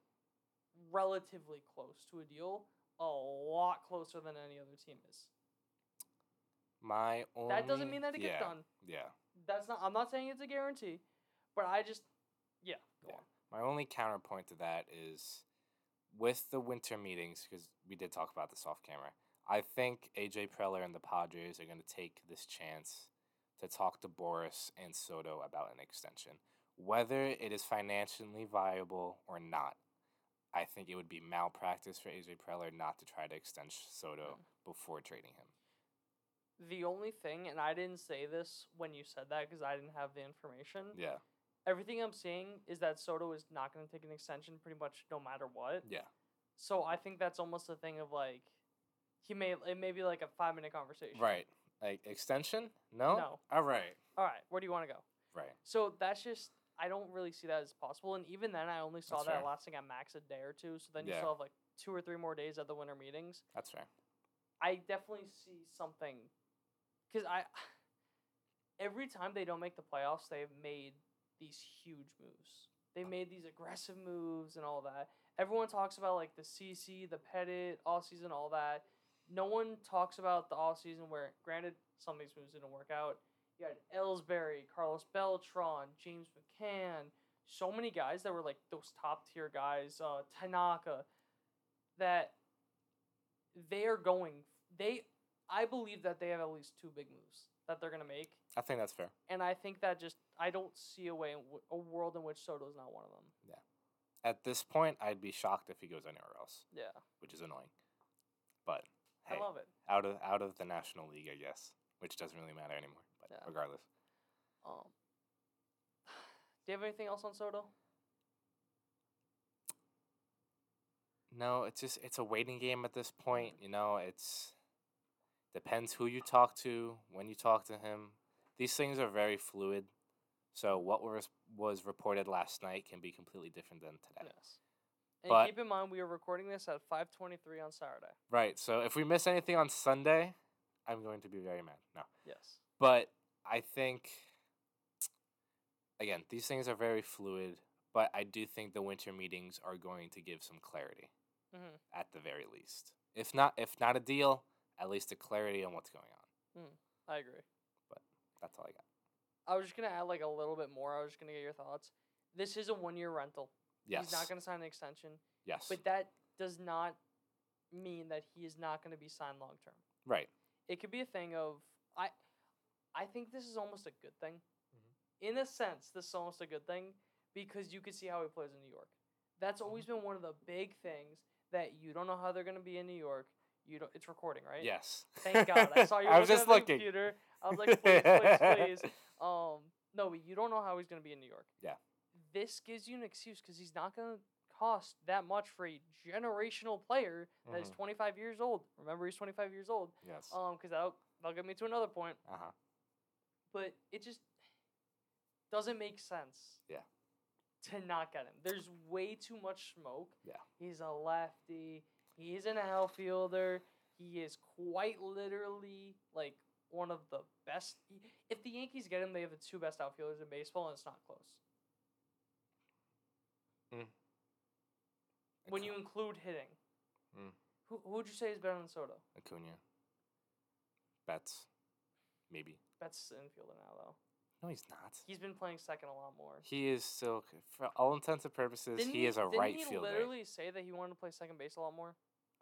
A: relatively close to a deal, a lot closer than any other team is.
B: My only.
A: That doesn't mean that it
B: yeah,
A: gets done.
B: Yeah.
A: That's not. I'm not saying it's a guarantee, but I just, yeah, go
B: Yeah. My only counterpoint to that is with the winter meetings, because we did talk about this off camera, I think AJ Preller and the Padres are going to take this chance to talk to Boris and Soto about an extension. Whether it is financially viable or not, I think it would be malpractice for AJ Preller not to try to extend
A: Mm.
B: Soto before trading him.
A: on. The only thing, and I didn't say this when you said that because I didn't have the information.
B: Yeah,
A: Everything I'm seeing is that Soto is not going to take an extension, pretty much no matter what.
B: yeah,
A: So I think that's almost a thing of like, he may it may be like a five minute conversation.
B: right. Like extension? No.
A: No.
B: All right.
A: All right, where do you want to go?
B: Right.
A: So that's just I don't really see that as possible. And even then, I only saw
B: That's
A: that
B: fair.
A: lasting at max a day or two. So then you
B: Yeah.
A: still have like two or three more days at the winter meetings.
B: That's fair.
A: I definitely see something because I every time they don't make the playoffs, they've made these huge moves. They made these aggressive moves and all that. Everyone talks about like the CC, the Pettit, off season, all that. No one talks about the off season where, granted, some of these moves didn't work out. You had Ellsbury, Carlos Beltran, James McCann, so many guys that were like those top tier guys, uh, Tanaka, that they are going. They, I believe that they have at least two big moves that they're gonna make,
B: I think that's fair.
A: and I think that just I don't see a way in w- a world in which Soto's not one of them.
B: At this point, I'd be shocked if he goes anywhere else,
A: Yeah,
B: which is annoying. But hey,
A: I love it.
B: out of out of the National League, I guess, which doesn't really matter anymore. But
A: Yeah.
B: regardless,
A: Um, do you have anything else on Soto?
B: no, it's just it's a waiting game at this point. You know, it's depends who you talk to, when you talk to him. These things are very fluid. So what was was reported last night can be completely different than today.
A: Yes. And
B: But-
A: keep in mind, we are recording this at five twenty three on Saturday.
B: Right. So if we miss anything on Sunday, I'm going to be very mad. No.
A: Yes.
B: But I think, again, these things are very fluid, but I do think the winter meetings are going to give some clarity
A: Mm-hmm.
B: at the very least. If not, if not a deal, at least a clarity on what's going on.
A: I agree.
B: That's all I got.
A: I was just gonna add like a little bit more. I was just gonna get your thoughts. This is a one year rental.
B: Yes.
A: He's not gonna sign an extension,
B: yes.
A: but that does not mean that he is not gonna be signed long term.
B: right.
A: it could be a thing of I I think this is almost a good thing.
B: Mm-hmm.
A: In a sense, this is almost a good thing because you could see how he plays in New York. That's
B: Mm-hmm.
A: always been one of the big things that you don't know how they're gonna be in New York. You don't it's recording, right?
B: Yes.
A: Thank God. I saw you
B: I was
A: looking
B: just
A: at the
B: looking.
A: computer. I was like, please, please, please. Um no, but you don't know how he's gonna be in New York.
B: Yeah.
A: This gives you an excuse because he's not gonna cost that much for a generational player that is
B: Mhm.
A: 25 years old. Remember, he's 25 years old.
B: Yes.
A: Um, because that'll that'll get me to another point.
B: uh huh.
A: But it just doesn't make sense.
B: Yeah.
A: To not get him, there's way too much smoke.
B: Yeah.
A: He's a lefty. He is an outfielder. He is quite literally like one of the best. If the Yankees get him, they have the two best outfielders in baseball, and it's not close.
B: Hmm.
A: When you include hitting,
B: Mm.
A: who who would you say is better than Soto?
B: Acuna. Betts. Maybe.
A: That's infielder now though.
B: No, he's not.
A: He's been playing second a lot more.
B: He is still, c- for all intents and purposes,
A: Didn't
B: he is a
A: didn't
B: right
A: he
B: fielder.
A: literally say that he wanted to play second base a lot more?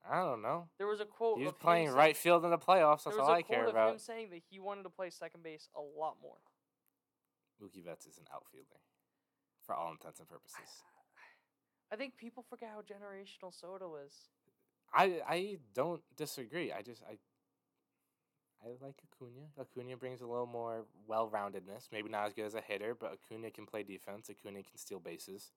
B: I don't know.
A: There was a quote.
B: He was
A: of him
B: playing
A: saying-
B: right field in the playoffs.
A: There
B: That's
A: was
B: all
A: a
B: I
A: quote
B: care
A: of
B: about.
A: him saying that he wanted to play second base a lot more.
B: Mookie Betts is an outfielder, for all intents and purposes.
A: I think people forget how generational Soto is.
B: I I don't disagree. I just I I like Acuna. Acuna brings a little more well-roundedness. Maybe not as good as a hitter, but Acuna can play defense. Acuna can steal bases.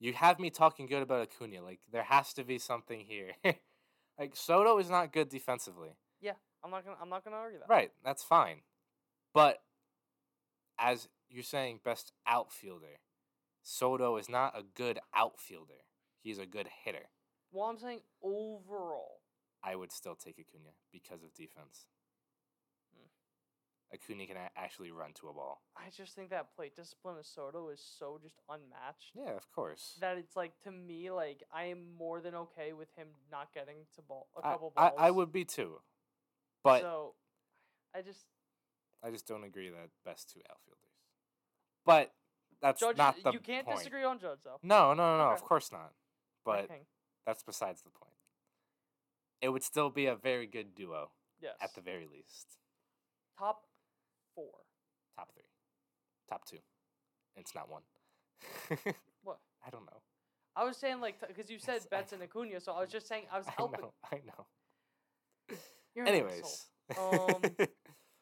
B: You have me talking good about Acuna. Like there has to be something here. like Soto is not good defensively.
A: I'm not gonna. I'm not gonna argue that.
B: Right, that's fine. But as you're saying, best outfielder, Soto is not a good outfielder. He's a good hitter.
A: Well, I'm saying overall.
B: I would still take Acuna because of defense.
A: Hmm.
B: Acuna can a- actually run to a ball.
A: I just think that plate discipline of Soto is so just unmatched
B: Yeah, of course.
A: that it's like to me like I am more than okay with him not getting to ball a
B: I-
A: couple
B: I,
A: balls.
B: I would be too, but
A: so I just
B: I just don't agree that best two outfielders. But that's
A: judge.
B: not the
A: you can't
B: point.
A: disagree on Judge though.
B: No, no, no, no,
A: Okay.
B: of course not. But
A: Okay.
B: that's besides the point. It would still be a very good duo.
A: yes,
B: at the very least.
A: top four.
B: Top three, top two. It's not one.
A: What?
B: I don't know.
A: I was saying like because you said
B: Yes, I
A: Betts and Acuna, so I was just saying I was
B: I
A: helping.
B: know. I know.
A: You're an asshole.
B: Anyways,
A: Um,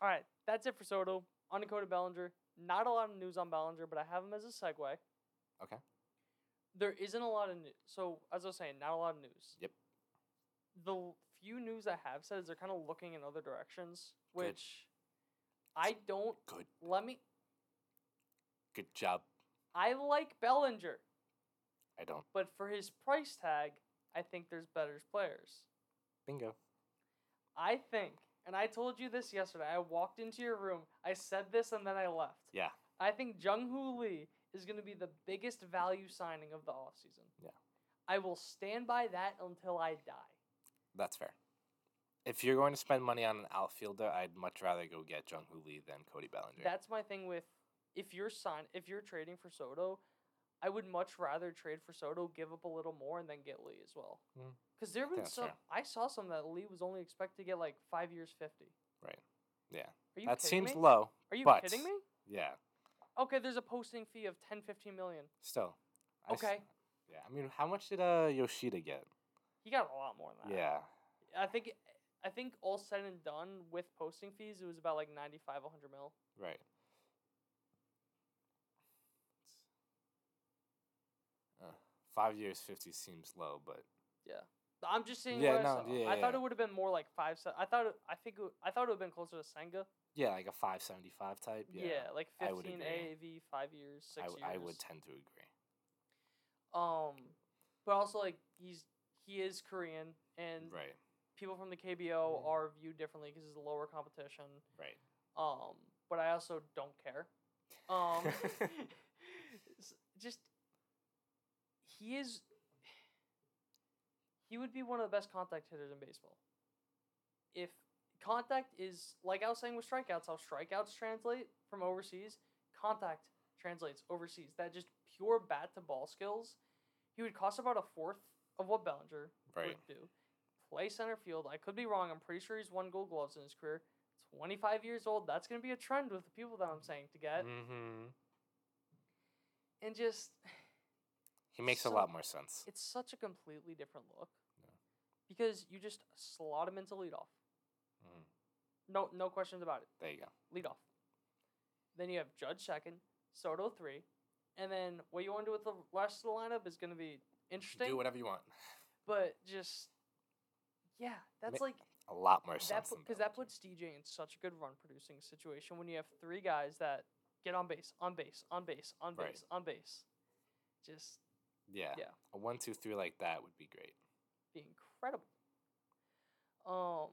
A: all right, that's it for Soto. Uncoated Bellinger. Not a lot of news on Bellinger, but I have him as a segue.
B: Okay.
A: There isn't a lot of news. So as I was saying, not a lot of news.
B: Yep.
A: The l- few news I have said is they're kind of looking in other directions,
B: Good.
A: which I don't.
B: Good.
A: Let me.
B: Good job.
A: I like Bellinger,
B: I don't.
A: but for his price tag, I think there's better players.
B: Bingo.
A: I think, and I told you this yesterday. I walked into your room. I said this, and then I left.
B: Yeah.
A: I think Jung Hoo Lee is going to be the biggest value signing of the offseason.
B: Yeah.
A: I will stand by that until I die.
B: That's fair. If you're going to spend money on an outfielder, I'd much rather go get Jung Hoo Lee than Cody Bellinger.
A: That's my thing with if you're sign if you're trading for Soto, I would much rather trade for Soto, give up a little more, and then get Lee as well.
B: Mm.
A: Because there have been
B: That's
A: some
B: fair.
A: I saw some that Lee was only expected to get like five years fifty.
B: Right. Yeah.
A: Are you
B: that
A: kidding
B: seems
A: me?
B: low.
A: Are you
B: but-
A: kidding me?
B: Yeah.
A: Okay, there's a posting fee of 10, 15 million.
B: Still. I s-
A: Okay,
B: yeah. I mean, how much did uh, Yoshida get?
A: he got a lot more than that.
B: Yeah.
A: I think I think all said and done with posting fees, it was about like 95, 100 mil.
B: Right. Uh, five years, 50 seems low, but
A: I'm just saying.
B: Yeah,
A: what I,
B: no,
A: saw.
B: yeah,
A: I thought
B: yeah.
A: it would have been more like five. Se- I thought it, I think it, I thought it would have been closer to Senga.
B: yeah, like a 575 type.
A: Yeah, like
B: I would
A: 15
B: agree.
A: AAV, five years, six
B: I, w-
A: years.
B: I would tend to agree.
A: Um, but also like he's he is Korean, and
B: Right,
A: people from the KBO
B: Mm.
A: are viewed differently because it's a lower competition.
B: right.
A: Um, but I also don't care. Um, s- just he is. He would be one of the best contact hitters in baseball. If contact is like I was saying with strikeouts, how strikeouts translate from overseas, contact translates overseas. That just pure bat to ball skills. He would cost about a fourth of what Bellinger
B: Right.
A: would do. Play center field. I could be wrong. I'm pretty sure he's won Gold Gloves in his career. 25 years old. That's going to be a trend with the people that I'm saying to get.
B: Mm-hmm.
A: And just,
B: He makes
A: So-
B: a lot more sense.
A: it's such a completely different look.
B: Yeah.
A: Because you just slot him into leadoff.
B: Mhm.
A: No, no questions about it.
B: There you go.
A: Leadoff. Then you have Judge second, Soto three, and then what you want to do with the rest of the lineup is going to be interesting.
B: Do whatever you want.
A: But just, yeah, that's
B: Ma-
A: like
B: A lot more
A: that
B: sense. than
A: because that
B: Bellinger.
A: puts DJ in such a good run producing situation when you have three guys that get on base, on base, on base, on base,
B: Right.
A: on base. Just
B: Yeah.
A: yeah.
B: A one, two, three like that would be great.
A: be incredible. Um,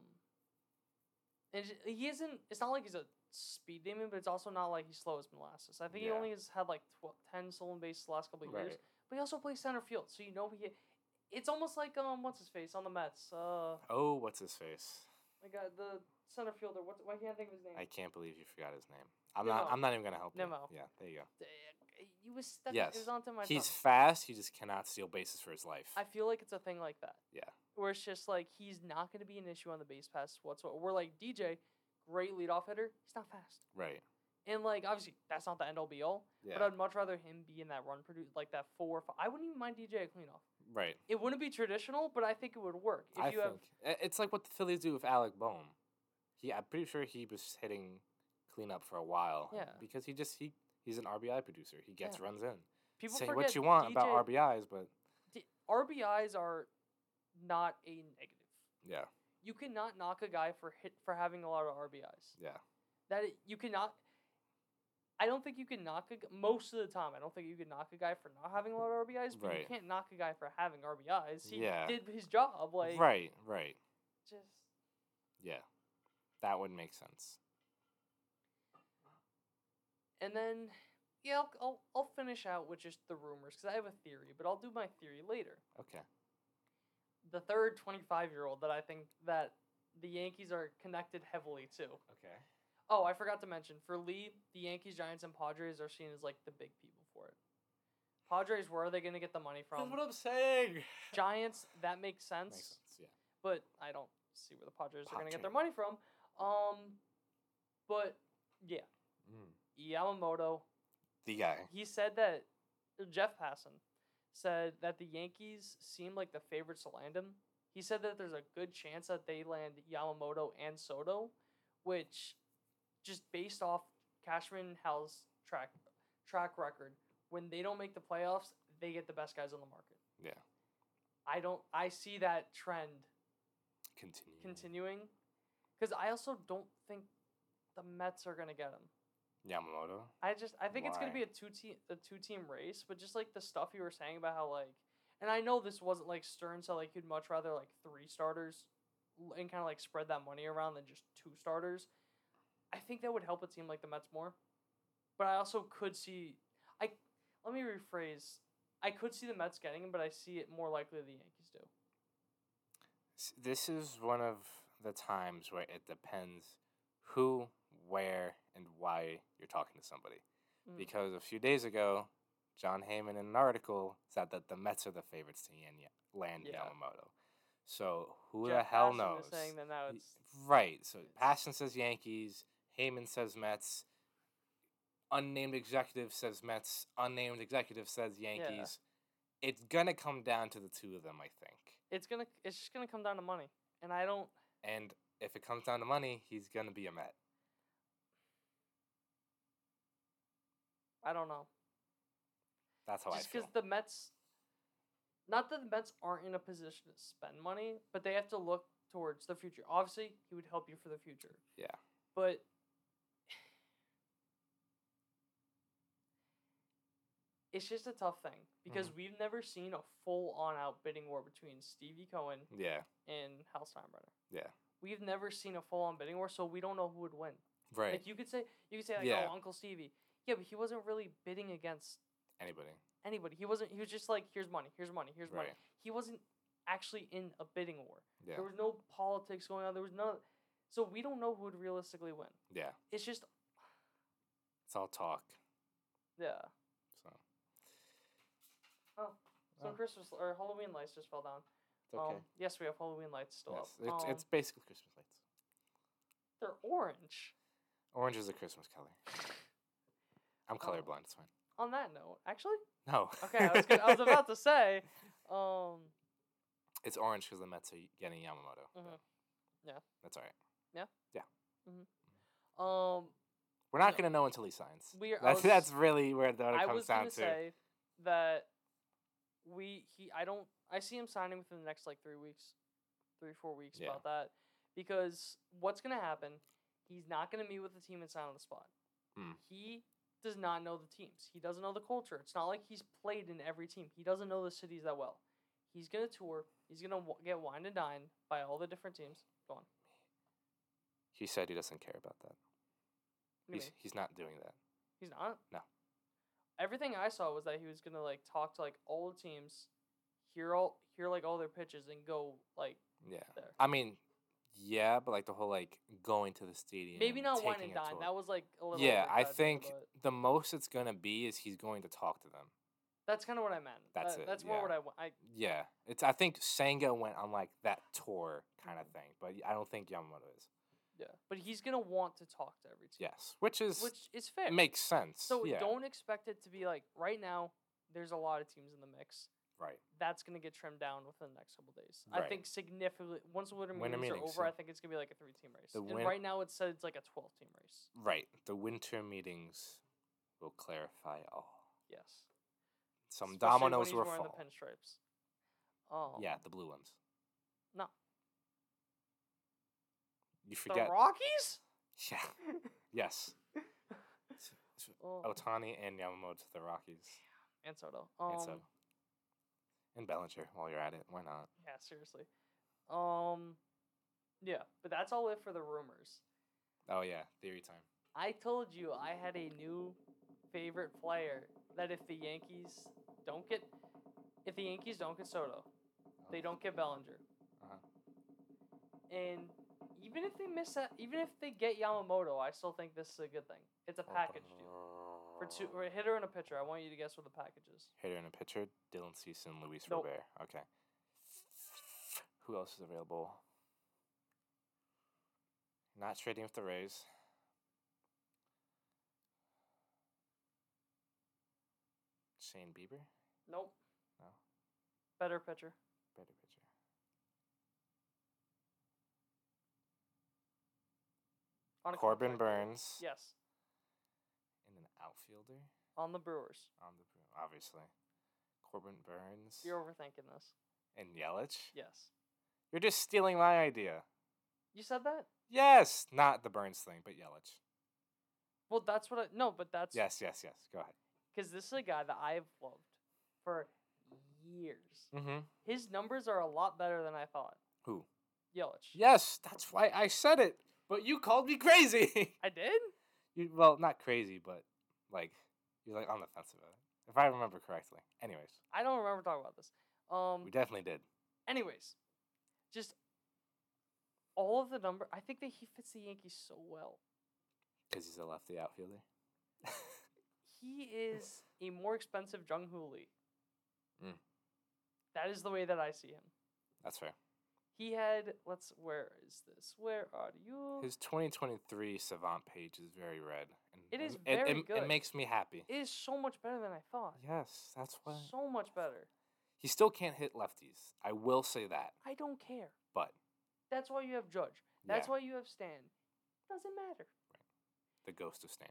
A: and j- he isn't. It's not like he's a speed demon, but it's also not like he's slow as molasses. I think he
B: Yeah.
A: only has had like tw- ten stolen bases the last couple of years.
B: Right.
A: But he also plays center field, so you know he. It's almost like um, what's his face on the Mets? Uh,
B: Oh, what's his face?
A: I got the center fielder. What? Why can't I think of his name?
B: I can't believe you forgot his name. I'm
A: Nimmo.
B: not. I'm not even gonna help
A: Nimmo.
B: you. Yeah, there you go.
A: Uh, You was stuck.
B: Yes.
A: It was onto my
B: He's
A: tongue.
B: fast. He just cannot steal bases for his life.
A: I feel like it's a thing like that.
B: Yeah.
A: Where it's just like he's not going to be an issue on the base pass whatsoever. We're like DJ, great leadoff hitter. He's not fast,
B: right.
A: and like obviously that's not the end all be all.
B: Yeah.
A: But I'd much rather him be in that run produce like that four. Or five. I wouldn't even mind DJ at cleanoff.
B: right.
A: It wouldn't be traditional, but I think it would work if
B: I
A: you
B: think
A: have
B: I- it's like what the Phillies do with Alec Boehm. He, I'm pretty sure he was hitting cleanup for a while.
A: Yeah.
B: Because he just he he's an RBI producer. He gets
A: Yeah.
B: runs in.
A: people
B: Say
A: forget
B: what you want
A: DJ,
B: about RBIs, but
A: D- RBIs are not a negative.
B: yeah,
A: You cannot knock a guy for hit for having a lot of RBIs.
B: yeah,
A: that it, you cannot. I don't think you can knock a, g- most of the time. I don't think you can knock a guy for not having a lot of RBIs, but you
B: Right.
A: can't knock a guy for having RBIs. He
B: Yeah.
A: did his job, like
B: right, right,
A: just
B: yeah. That would make sense.
A: and then yeah, I'll, I'll I'll finish out with just the rumors because I have a theory, but I'll do my theory later.
B: Okay.
A: The third twenty five year old that I think that the Yankees are connected heavily to.
B: Okay.
A: Oh, I forgot to mention for Lee, the Yankees, Giants, and Padres are seen as like the big people for it. Padres, where are they going to get the money from?
B: I'm saying.
A: Giants, that makes sense,
B: Makes sense. Yeah.
A: but I don't see where the Padres are going to get their
B: Padres.
A: money from. Um, but yeah,
B: Mm.
A: Yamamoto,
B: The guy.
A: he said that Jeff Passan said that the Yankees seem like the favorites to land him. He said that there's a good chance that they land Yamamoto and Soto, which just based off Cashman Hal's track track record, when they don't make the playoffs, they get the best guys on the market.
B: Yeah.
A: I don't I see that trend
B: Continue.
A: continuing. Because I also don't think the Mets are gonna get him.
B: Yamamoto.
A: I just I think it's gonna
B: Why?
A: be a two team a two team race, but just like the stuff you were saying about how like, and I know this wasn't like Stern said like he'd much rather like three starters, l- and kind of like spread that money around than just two starters. I think that would help a team like the Mets more, but I also could see I let me rephrase. I could see the Mets getting him, but I see it more likely the Yankees do.
B: S- This is one of the times where it depends who, where, and why you're talking to somebody.
A: Mm.
B: Because a few days ago, John Heyman in an article said that the Mets are the favorites to yan- ya- land
A: Yeah.
B: Yamamoto. So who the
A: Jeff
B: hell
A: Passan
B: knows?
A: Is saying that now
B: Y-
A: it's
B: Right. So
A: it's-
B: Passion says Yankees. Heyman says Mets. Unnamed executive says Mets. Unnamed executive says Yankees. It's gonna come down to the two of them, I think.
A: it's gonna it's just gonna come down to money, and I don't
B: And if it comes down to money, he's gonna be a Met.
A: I don't know.
B: That's how
A: just
B: I feel.
A: because the Mets, not that the Mets aren't in a position to spend money, but they have to look towards the future. Obviously, he would help you for the future.
B: Yeah.
A: But it's just a tough thing because
B: Mm-hmm.
A: we've never seen a full on out bidding war between Stevie Cohen
B: yeah.
A: and Hal Steinbrenner.
B: Yeah.
A: We've never seen a full on bidding war, so we don't know who would win.
B: Right.
A: Like you could say, you could say like,
B: Yeah.
A: oh, Uncle Stevie. Yeah, but he wasn't really bidding against
B: Anybody.
A: anybody. He wasn't. He was just like, here's money, here's money, here's money.
B: Right.
A: He wasn't actually in a bidding war.
B: Yeah.
A: There was no politics going on. There was no. So we don't know who would realistically win.
B: Yeah.
A: It's just
B: It's all talk.
A: yeah.
B: So
A: Oh, some
B: Oh.
A: Christmas or Halloween lights just fell down.
B: it's okay.
A: Um, yes, we have Halloween lights still
B: yes.
A: up.
B: It's,
A: Um,
B: it's basically Christmas lights.
A: they're orange.
B: Orange is a Christmas color. I'm colorblind. It's fine.
A: On that note, actually,
B: No.
A: Oh. okay, I was, gonna, I was about to say, um,
B: It's orange because the Mets are getting Yamamoto. but
A: Mhm. Yeah.
B: That's all right.
A: um,
B: We're not
A: No.
B: going to know until he signs.
A: we are. I
B: That's,
A: was-
B: that's really where that
A: I
B: comes
A: was
B: down
A: gonna
B: to.
A: say that we he I don't I see him signing within the next like three weeks, three four weeks
B: Yeah.
A: about that because what's gonna happen? He's not gonna meet with the team and sign on the spot.
B: Mm.
A: He does not know the teams. He doesn't know the culture. It's not like he's played in every team. He doesn't know the cities that well. He's gonna tour. He's gonna w- get wined and dined by all the different teams. Go on.
B: he said he doesn't care about that.
A: What do you
B: He's,
A: mean?
B: he's not doing that.
A: He's not.
B: No.
A: Everything I saw was that he was gonna like talk to like all the teams, hear all hear like all their pitches, and go like
B: Yeah.
A: there.
B: I mean, yeah, but like the whole like going to the stadium.
A: Maybe not wine
B: taking
A: and
B: a
A: dine.
B: tour.
A: That was like a little.
B: yeah, I
A: overexaggerated,
B: think
A: but
B: the most it's gonna be is he's going to talk to them.
A: that's kind of what I meant.
B: That's
A: That-
B: it,
A: That's more
B: yeah.
A: what I wa- I
B: Yeah, it's I think Sanga went on like that tour kind of
A: Mm-hmm.
B: thing, but I don't think Yamamoto is.
A: yeah. But he's gonna want to talk to every team,
B: Yes, which is
A: which is fair.
B: it makes sense.
A: so
B: yeah,
A: don't expect it to be like right now. There's a lot of teams in the mix.
B: right.
A: That's gonna get trimmed down within the next couple days. I
B: Right.
A: think significantly once the winter
B: Winter
A: meetings are
B: meetings,
A: over,
B: so-
A: I think it's gonna be like a three team race.
B: The
A: and
B: win-
A: right now it said it's like a twelve team race.
B: Right. The winter meetings will clarify all.
A: Yes.
B: Some
A: Especially
B: dominoes
A: when
B: were
A: he's wearing
B: fall.
A: The pinstripes. Oh.
B: Yeah, the blue ones.
A: No.
B: You
A: The
B: forget.
A: Rockies?
B: Yeah. yes. S- s-
A: Oh.
B: Otani and Yamamoto to the Rockies.
A: And Soto. Um,
B: and so. And Bellinger while you're at it. Why not?
A: Yeah, seriously. Um, yeah, but that's all it for the rumors.
B: Oh, yeah. Theory time.
A: I told you I had a new favorite player that if the Yankees don't get, if the Yankees don't get Soto, they don't get Bellinger.
B: Uh-huh.
A: And even if they miss out, even if they get Yamamoto, I still think this is a good thing. It's a
B: Oh,
A: package deal for two or a hitter and a pitcher. I want you to guess what the package is.
B: Hitter and a pitcher. Dylan Cease and Luis
A: Nope.
B: Robert. Okay. Who else is available? Not trading with the Rays. Shane Bieber.
A: Nope.
B: No.
A: Better pitcher.
B: Better pitcher.
A: On a
B: Corbin
A: contract year.
B: Burns.
A: Yes,
B: And an outfielder
A: on the Brewers.
B: on the Bru- obviously. Corbin Burns
A: You're overthinking this.
B: and Yelich.
A: Yes.
B: You're just stealing my idea.
A: You said that?
B: Yes, not the Burns thing, but Yelich.
A: Well, that's what I. No, but that's.
B: Yes, yes, yes. Go ahead.
A: Because this is a guy that I have loved for years.
B: Mm-hmm.
A: His numbers are a lot better than I thought.
B: Who?
A: Yelich.
B: Yes, that's why I said it. But you called me crazy.
A: I did?
B: you, well, not crazy, but like you're like on the fence about it. If I remember correctly. Anyways,
A: I don't remember talking about this. Um.
B: we definitely did.
A: anyways, just all of the number. I think that he fits the Yankees so well.
B: Because he's a lefty outfielder.
A: He is a more expensive Jung Hoo Lee.
B: Mm.
A: That is the way that I see him.
B: That's fair.
A: He had let's. Where is this? Where are you?
B: His 2023 Savant page is very red. And
A: It is
B: m-
A: very
B: it,
A: good.
B: It makes me happy.
A: it is so much better than I thought.
B: yes, that's why.
A: So much better.
B: He still can't hit lefties. I will say that.
A: I don't care.
B: But
A: That's why you have Judge. That's
B: Yeah.
A: why you have Stan. Doesn't matter.
B: the ghost of Stan.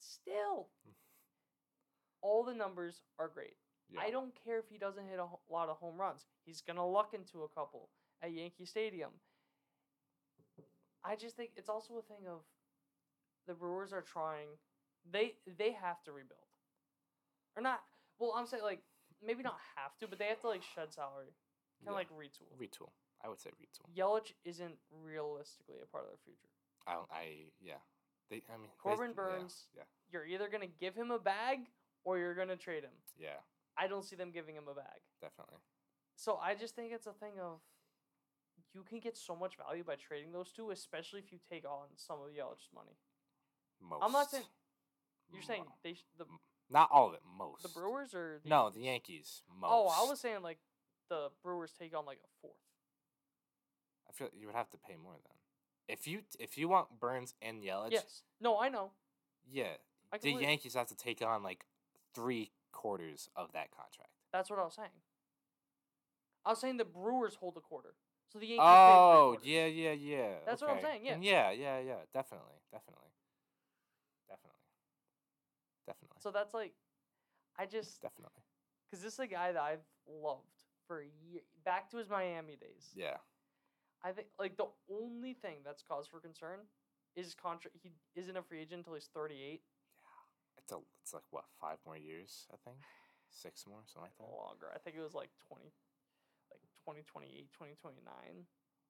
A: Still,
B: Mm.
A: all the numbers are great.
B: Yeah.
A: I don't care if he doesn't hit a ho- lot of home runs. He's going to luck into a couple at Yankee Stadium. I just think it's also a thing of the Brewers are trying. They they have to rebuild. Or not. Well, I'm saying like maybe not have to, but they have to like shed salary. Kind
B: Yeah.
A: of like retool.
B: retool. I would say retool.
A: Yelich isn't realistically a part of their future.
B: I don't- I yeah. They I mean they-
A: Corbin
B: yeah,
A: Burns.
B: Yeah.
A: You're either going to give him a bag or you're going to trade him.
B: Yeah,
A: I don't see them giving him a bag.
B: definitely.
A: So I just think it's a thing of you can get so much value by trading those two, especially if you take on some of Yelich's money.
B: Most.
A: I'm not saying you're saying
B: Mo-
A: they sh- the
B: not all of it, most.
A: the Brewers or the
B: No, the Yankees. Most.
A: Oh, I was saying like the Brewers take on like a fourth.
B: I feel you would have to pay more then. If you if you want Burns and Yelich,
A: yes. No, I know.
B: yeah,
A: I
B: the
A: completely-
B: Yankees have to take on like three quarters of that contract.
A: That's what I was saying. I was saying the Brewers hold a quarter. So the Yankees pay three
B: Oh,
A: quarters.
B: yeah, yeah, yeah.
A: That's what I'm
B: okay.
A: saying, yeah.
B: And yeah, yeah, yeah. Definitely, definitely, definitely, definitely,
A: So that's like I just
B: definitely.
A: cuz this is a guy that I've loved for years back to his Miami days.
B: Yeah,
A: I think like the only thing that's cause for concern is contract. He isn't a free agent until he's thirty eight.
B: it's a it's like what five more years, I think, six more, something like that.
A: Longer. I think it was like twenty, like 2028, 2029,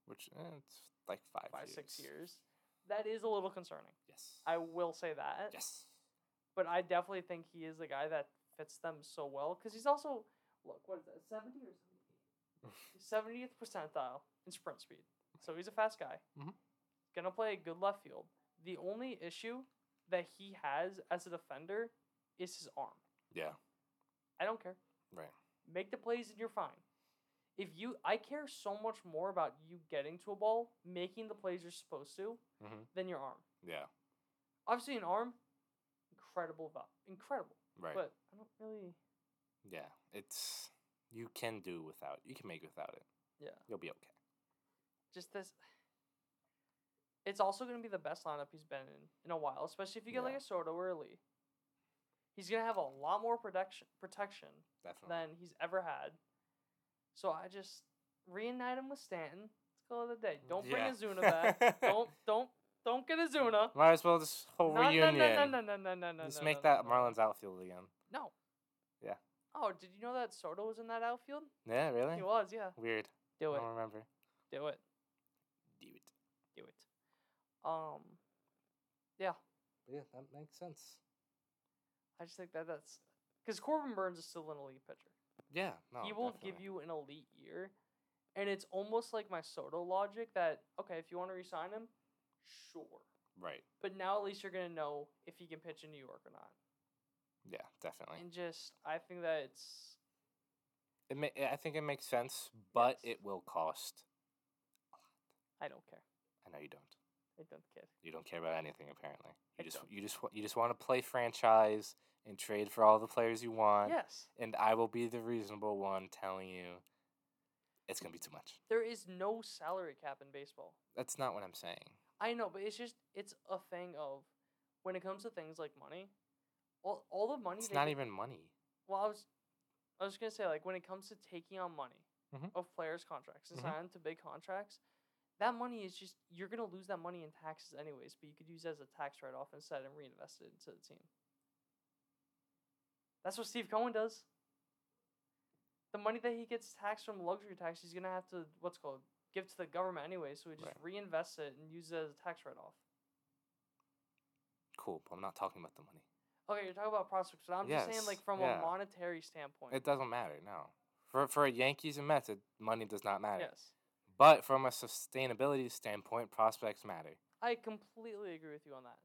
B: Which eh, it's like five,
A: five
B: years.
A: six years. That is a little concerning.
B: Yes.
A: I will say that.
B: yes.
A: But I definitely think he is the guy that fits them so well because he's also look what is that seventy or seventieth percentile in sprint speed. So he's a fast guy.
B: Mhm.
A: Gonna play a good left field. The only issue that he has as a defender is his arm.
B: Yeah.
A: I don't care.
B: Right.
A: Make the plays and you're fine. If you, I care so much more about you getting to a ball, making the plays you're supposed to,
B: Mhm.
A: than your arm.
B: Yeah.
A: Obviously, an arm, incredible, val- incredible.
B: Right.
A: But I don't really.
B: Yeah, it's you can do without. You can make without it.
A: Yeah.
B: You'll be okay.
A: just this. It's also going to be the best lineup he's been in in a while, especially if you get like
B: Yeah.
A: a Soto or a Lee. He's going to have a lot more protection protection
B: Definitely.
A: than he's ever had. So I just reunite him with Stanton. Let's call it a day. Don't
B: Yeah.
A: bring Azuna back. don't don't don't get Azuna.
B: Might as well just whole
A: No, no,
B: reunion.
A: no, no, no, no, no, no.
B: Just
A: no,
B: make
A: no,
B: that
A: no.
B: Marlins outfield again.
A: No.
B: Yeah.
A: Oh, did you know that Soto was in that outfield?
B: Yeah, really?
A: He was, yeah.
B: Weird.
A: Do
B: I
A: it.
B: don't remember.
A: Do it.
B: Do it.
A: Do it. Um, yeah.
B: But yeah, that makes sense.
A: I just think that that's because Corbin Burns is still an elite pitcher.
B: Yeah. No.
A: he will give
B: Oh, definitely.
A: you an elite year, and it's almost like my Soto logic that okay, if you want to resign him, sure,
B: Right.
A: but now at least you're gonna know if he can pitch in New York or not.
B: Yeah, definitely.
A: And just I think that it's
B: It ma- I think it makes sense, but
A: Yes.
B: it will cost.
A: I don't care.
B: I know you don't.
A: I don't care.
B: You don't care about anything apparently.
A: I
B: You just
A: don't.
B: you just wa- you just want to play franchise and trade for all the players you want.
A: Yes,
B: and I will be the reasonable one telling you it's gonna be too much.
A: there is no salary cap in baseball.
B: That's not what I'm saying.
A: I know, but it's just it's a thing of when it comes to things like money, all all the money
B: It's
A: they
B: not
A: get-
B: even money.
A: Well, I was, I was gonna say like when it comes to taking on money,
B: Mhm.
A: of players' contracts and
B: Mhm.
A: sign them to big contracts. That money is just you're gonna lose that money in taxes anyways, but you could use it as a tax write off instead and reinvest it into the team. That's what Steve Cohen does. The money that he gets taxed from luxury tax, he's gonna have to what's it called give to the government anyway, so he just
B: Right.
A: reinvests it and uses it as a tax write off.
B: Cool, but I'm not talking about the money.
A: Okay, you're talking about prospects, but I'm just saying
B: Yes,
A: like from
B: yeah.
A: a monetary standpoint.
B: It doesn't matter, no. For for Yankees and Mets, it, money does not matter.
A: yes.
B: But from a sustainability standpoint, prospects matter.
A: I completely agree with you on that.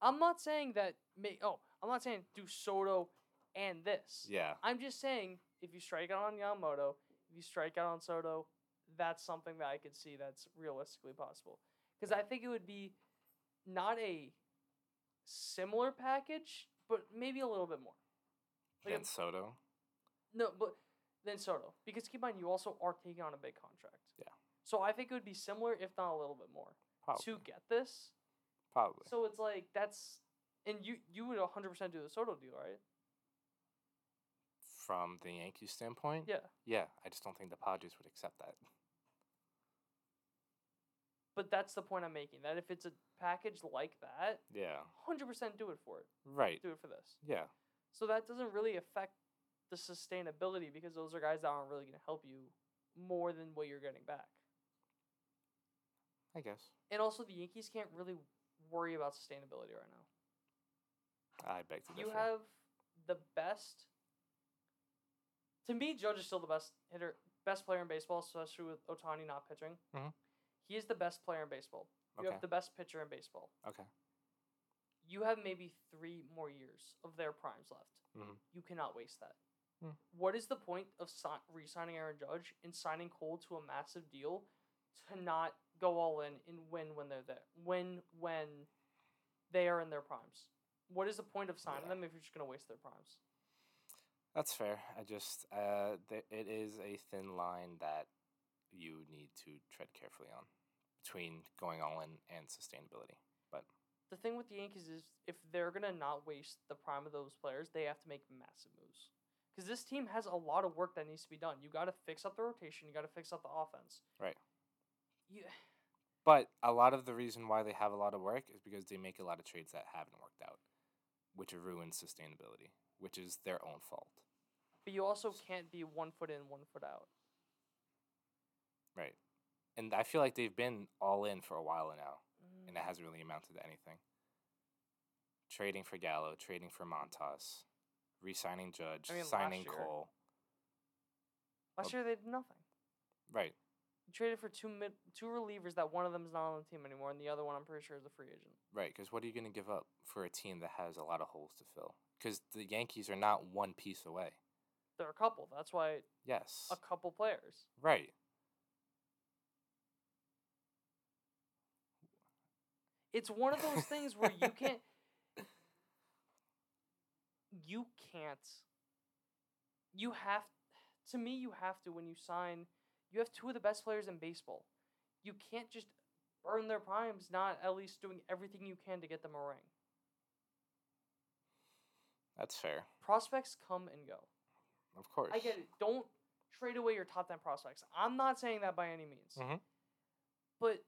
A: I'm not saying that make oh, I'm not saying do Soto and this.
B: Yeah.
A: I'm just saying if you strike out on Yamamoto, if you strike out on Soto, that's something that I could see that's realistically possible. Because I think it would be not a similar package, but maybe a little bit more. Like a-
B: and Soto.
A: No, but than Soto. Because keep in mind, you also are taking on a big contract.
B: Yeah.
A: So I think it would be similar, if not a little bit more,
B: Probably.
A: to get this.
B: probably.
A: So it's like that's and you you would 100% do the Soto deal, right?
B: from the Yankees standpoint,
A: Yeah.
B: yeah, I just don't think the Padres would accept that.
A: But that's the point I'm making. That if it's a package like that,
B: Yeah.
A: 100% do it for it.
B: Right.
A: Do it for this.
B: Yeah.
A: So that doesn't really affect the sustainability because those are guys that aren't really going to help you more than what you're getting back.
B: I guess.
A: And also the Yankees can't really worry about sustainability right now.
B: I beg to differ.
A: You have the best. To me, Judge is still the best hitter, best player in baseball, especially with Otani not pitching.
B: Mhm.
A: He is the best player in baseball. You
B: Okay.
A: have the best pitcher in baseball.
B: okay.
A: You have maybe three more years of their primes left.
B: Mhm.
A: You cannot waste that.
B: Mm.
A: What is the point of si- re-signing Aaron Judge and signing Cole to a massive deal to not go all in and win when they're there, win when they are in their primes? What is the point of signing
B: Yeah.
A: them if you're just going to waste their primes?
B: That's fair. I just uh, th- it is a thin line that you need to tread carefully on between going all in and sustainability.
A: the thing with the Yankees is if they're gonna not waste the prime of those players, they have to make massive moves. Because this team has a lot of work that needs to be done. You got to fix up the rotation. You got to fix up the offense.
B: Right.
A: You,
B: But a lot of the reason why they have a lot of work is because they make a lot of trades that haven't worked out, which ruins sustainability, which is their own fault.
A: but you also can't be one foot in, one foot out.
B: Right. And I feel like they've been all in for a while now, and
A: Mm-hmm.
B: it hasn't really amounted to anything. Trading for Gallo, trading for Montas, re signing Judge,
A: I mean, last
B: signing
A: year-
B: Cole.
A: Last year they did nothing.
B: Right.
A: You traded for two mid, two relievers that one of them is not on the team anymore, and the other one I'm pretty sure is a free agent.
B: Right, because what are you going to give up for a team that has a lot of holes to fill? Because the Yankees are not one piece away.
A: There are a couple. That's why
B: Yes.
A: a couple players.
B: Right.
A: It's one of those things where you can't you can't you have to me you have to when you sign you have two of the best players in baseball. You can't just burn their primes not at least doing everything you can to get them a ring.
B: That's fair.
A: Prospects come and go.
B: Of course.
A: I get it. Don't trade away your top 10 prospects. I'm not saying that by any means.
B: Mhm.
A: But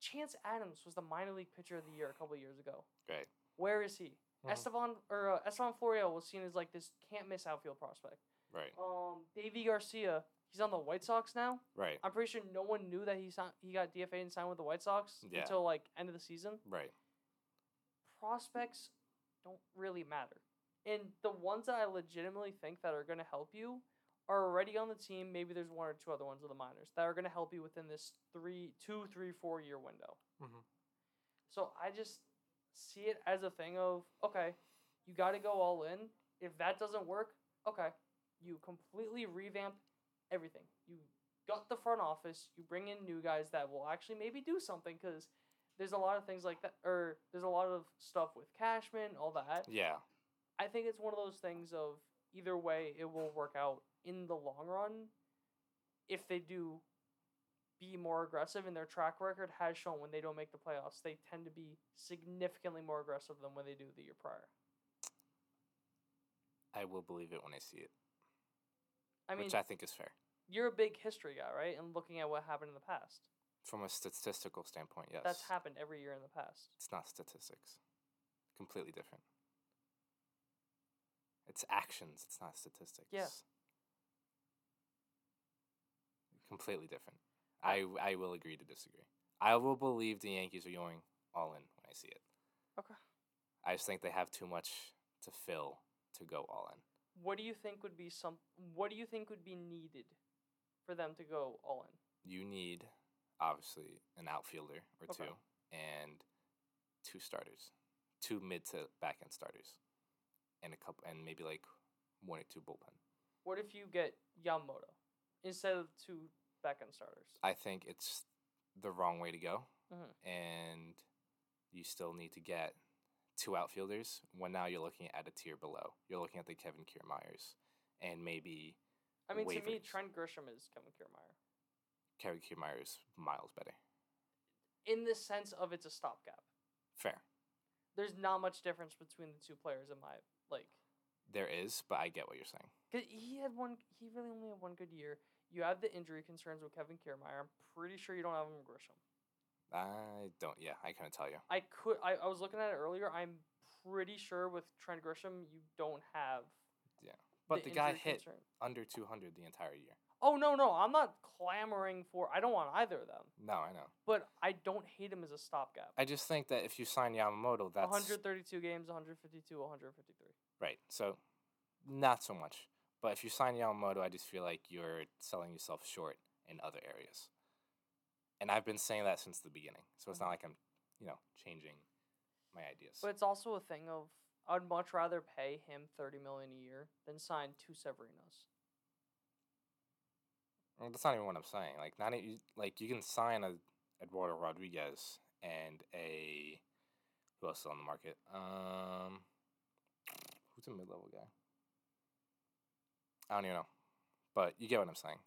A: Chance Adams was the minor league pitcher of the year a couple of years ago.
B: Right.
A: Where is he?
B: Mhm.
A: Estevan or uh, Estevan Florio was seen as like this can't miss outfield prospect.
B: Right.
A: Um, Davey Garcia, he's on the White Sox now.
B: Right.
A: I'm pretty sure no one knew that he signed, he got DFA and signed with the White Sox
B: Yeah.
A: until like end of the season
B: Right.
A: prospects don't really matter. And the ones that I legitimately think that are going to help you are already on the team. Maybe there's one or two other ones of the minors that are going to help you within this three, two, three, four year window.
B: Mhm.
A: So I just see it as a thing of okay, you got to go all in. If that doesn't work, okay, you completely revamp everything. You gut the front office. You bring in new guys that will actually maybe do something because there's a lot of things like that, or there's a lot of stuff with Cashman, all that.
B: Yeah.
A: I think it's one of those things of either way, it will work out in the long run if they do be more aggressive, and their track record has shown when they don't make the playoffs, they tend to be significantly more aggressive than when they do the year prior.
B: I will believe it when I see it,
A: I mean,
B: which I think is fair.
A: You're a big history guy, right? And looking at what happened in the past.
B: From a statistical standpoint, yes.
A: That's happened every year in the past.
B: it's not statistics. Completely different. It's actions, it's not statistics. Completely different. I, w- I will agree to disagree. I will believe the Yankees are going all in when I see it.
A: Okay.
B: I just think they have too much to fill to go all in.
A: What do you think would be some what do you think would be needed for them to go all in?
B: You need, obviously, an outfielder or
A: Okay.
B: two and two starters, two mid to back end starters, and a couple, and maybe like one or two bullpen.
A: What if you get Yamamoto instead of two back end starters?
B: I think it's the wrong way to go,
A: Mhm.
B: and you still need to get two outfielders. When now you're looking at a tier below, you're looking at the Kevin Kiermeyers and maybe
A: I mean, to me,
B: waivers.
A: Trent Grisham is Kevin Kiermaier
B: Kevin Kiermeyers miles better.
A: in the sense of it's a stopgap.
B: Fair,
A: There's not much difference between the two players in my like.
B: there is, but I get what you're saying.
A: 'cause he had one. He really only had one good year. You have the injury concerns with Kevin Kiermaier. I'm pretty sure you don't have him with Grisham.
B: I don't. Yeah, I couldn't tell you.
A: I could. I, I was looking at it earlier. I'm pretty sure with Trent Grisham, you don't have.
B: But the, guy
A: injury
B: hit
A: concern.
B: under 200 the entire year.
A: Oh no, no, I'm not clamoring for. I don't want either of them,
B: No, I know.
A: but I don't hate him as a stopgap.
B: I just think that if you sign Yamamoto, that's
A: 132 games, 152, 153.
B: Right. So, not so much. But if you sign Yamamoto, I just feel like you're selling yourself short in other areas. And I've been saying that since the beginning. So it's not like I'm, you know, changing my ideas.
A: But it's also a thing of I'd much rather pay him 30 million a year than sign two Severinos.
B: Well, that's not even what I'm saying. Like, not e- like you can sign a Eduardo Rodriguez and a who else is on the market? Um, who's a mid level guy? I don't even know, but you get what I'm saying.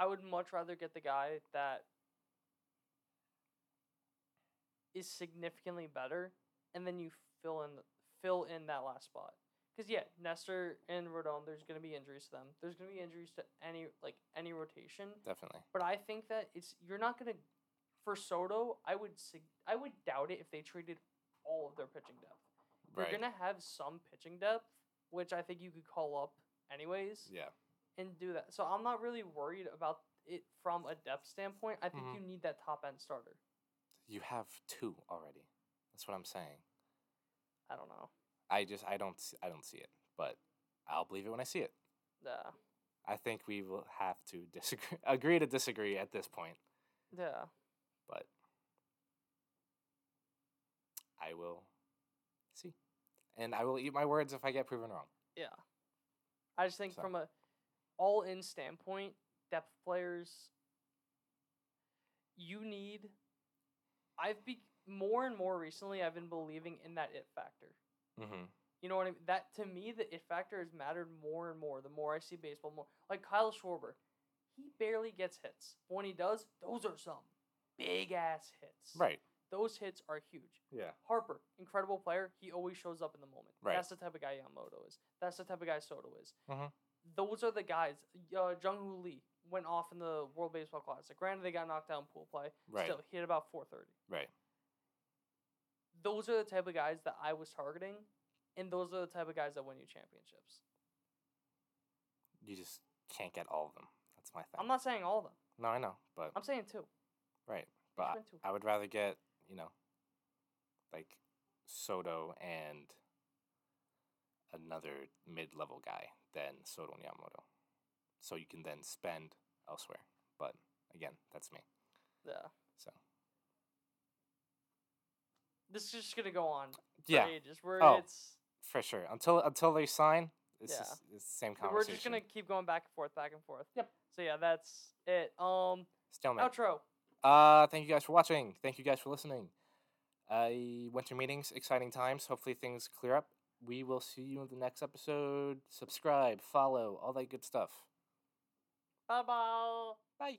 A: I would much rather get the guy that is significantly better and then you fill in fill in that last spot. Cuz yeah, Nestor and Rodon, there's going to be injuries to them. There's going to be injuries to any like any rotation.
B: Definitely.
A: But I think that it's you're not gonna for Soto. I would sig- I would doubt it if they traded all of their pitching depth.
B: Right.
A: You're gonna have some pitching depth, which I think you could call up anyways
B: yeah.
A: and do that. So I'm not really worried about it from a depth standpoint. I think
B: Mhm.
A: you need that top end starter.
B: You have two already. That's what I'm saying.
A: I don't know.
B: I just I don't s- I don't see it, but I'll believe it when I see it.
A: Yeah,
B: I think we will have to disagree, agree to disagree at this point.
A: yeah.
B: but I will see. And I will eat my words if I get proven wrong.
A: Yeah. I just think
B: So-
A: from a all in standpoint, depth players you need I've be more and more recently I've been believing in that it factor.
B: Mm-hmm.
A: You know what I mean? That to me the it factor has mattered more and more the more I see baseball more. Like Kyle Schwarber, he barely gets hits. When he does, those are some big ass hits.
B: Right.
A: Those hits are huge.
B: Yeah.
A: Harper, incredible player. He always shows up in the moment.
B: Right.
A: That's the type of guy Yamamoto is. That's the type of guy Soto is.
B: Mhm.
A: Those are the guys. Uh, Jung Hoo Lee went off in the World Baseball Classic. Granted, they got knocked out in pool play.
B: Right.
A: Still, he hit about 430.
B: Right.
A: Those are the type of guys that I was targeting, and those are the type of guys that win you championships.
B: You just can't get all of them. That's my thing.
A: I'm not saying all of them.
B: no, I know, but
A: I'm saying two.
B: right.
A: You should
B: But
A: win two.
B: I would rather get you know, like Soto and another mid-level guy than Soto and Yamamoto. So you can then spend elsewhere. But again, that's me.
A: Yeah.
B: So
A: This is just gonna go on. For
B: yeah.
A: Ages where
B: Oh.
A: it's
B: For sure. Until until they sign, it's,
A: Yeah.
B: just, it's the same
A: we're
B: conversation.
A: just gonna keep going back and forth, back and forth. Yep. So yeah, that's it. Um,
B: Stalemate.
A: outro.
B: Uh, thank you guys for watching. Thank you guys for listening. Uh, winter meetings, exciting times. Hopefully things clear up. We will see you in the next episode. Subscribe, follow, all that good stuff.
A: Bye bye.
B: Bye.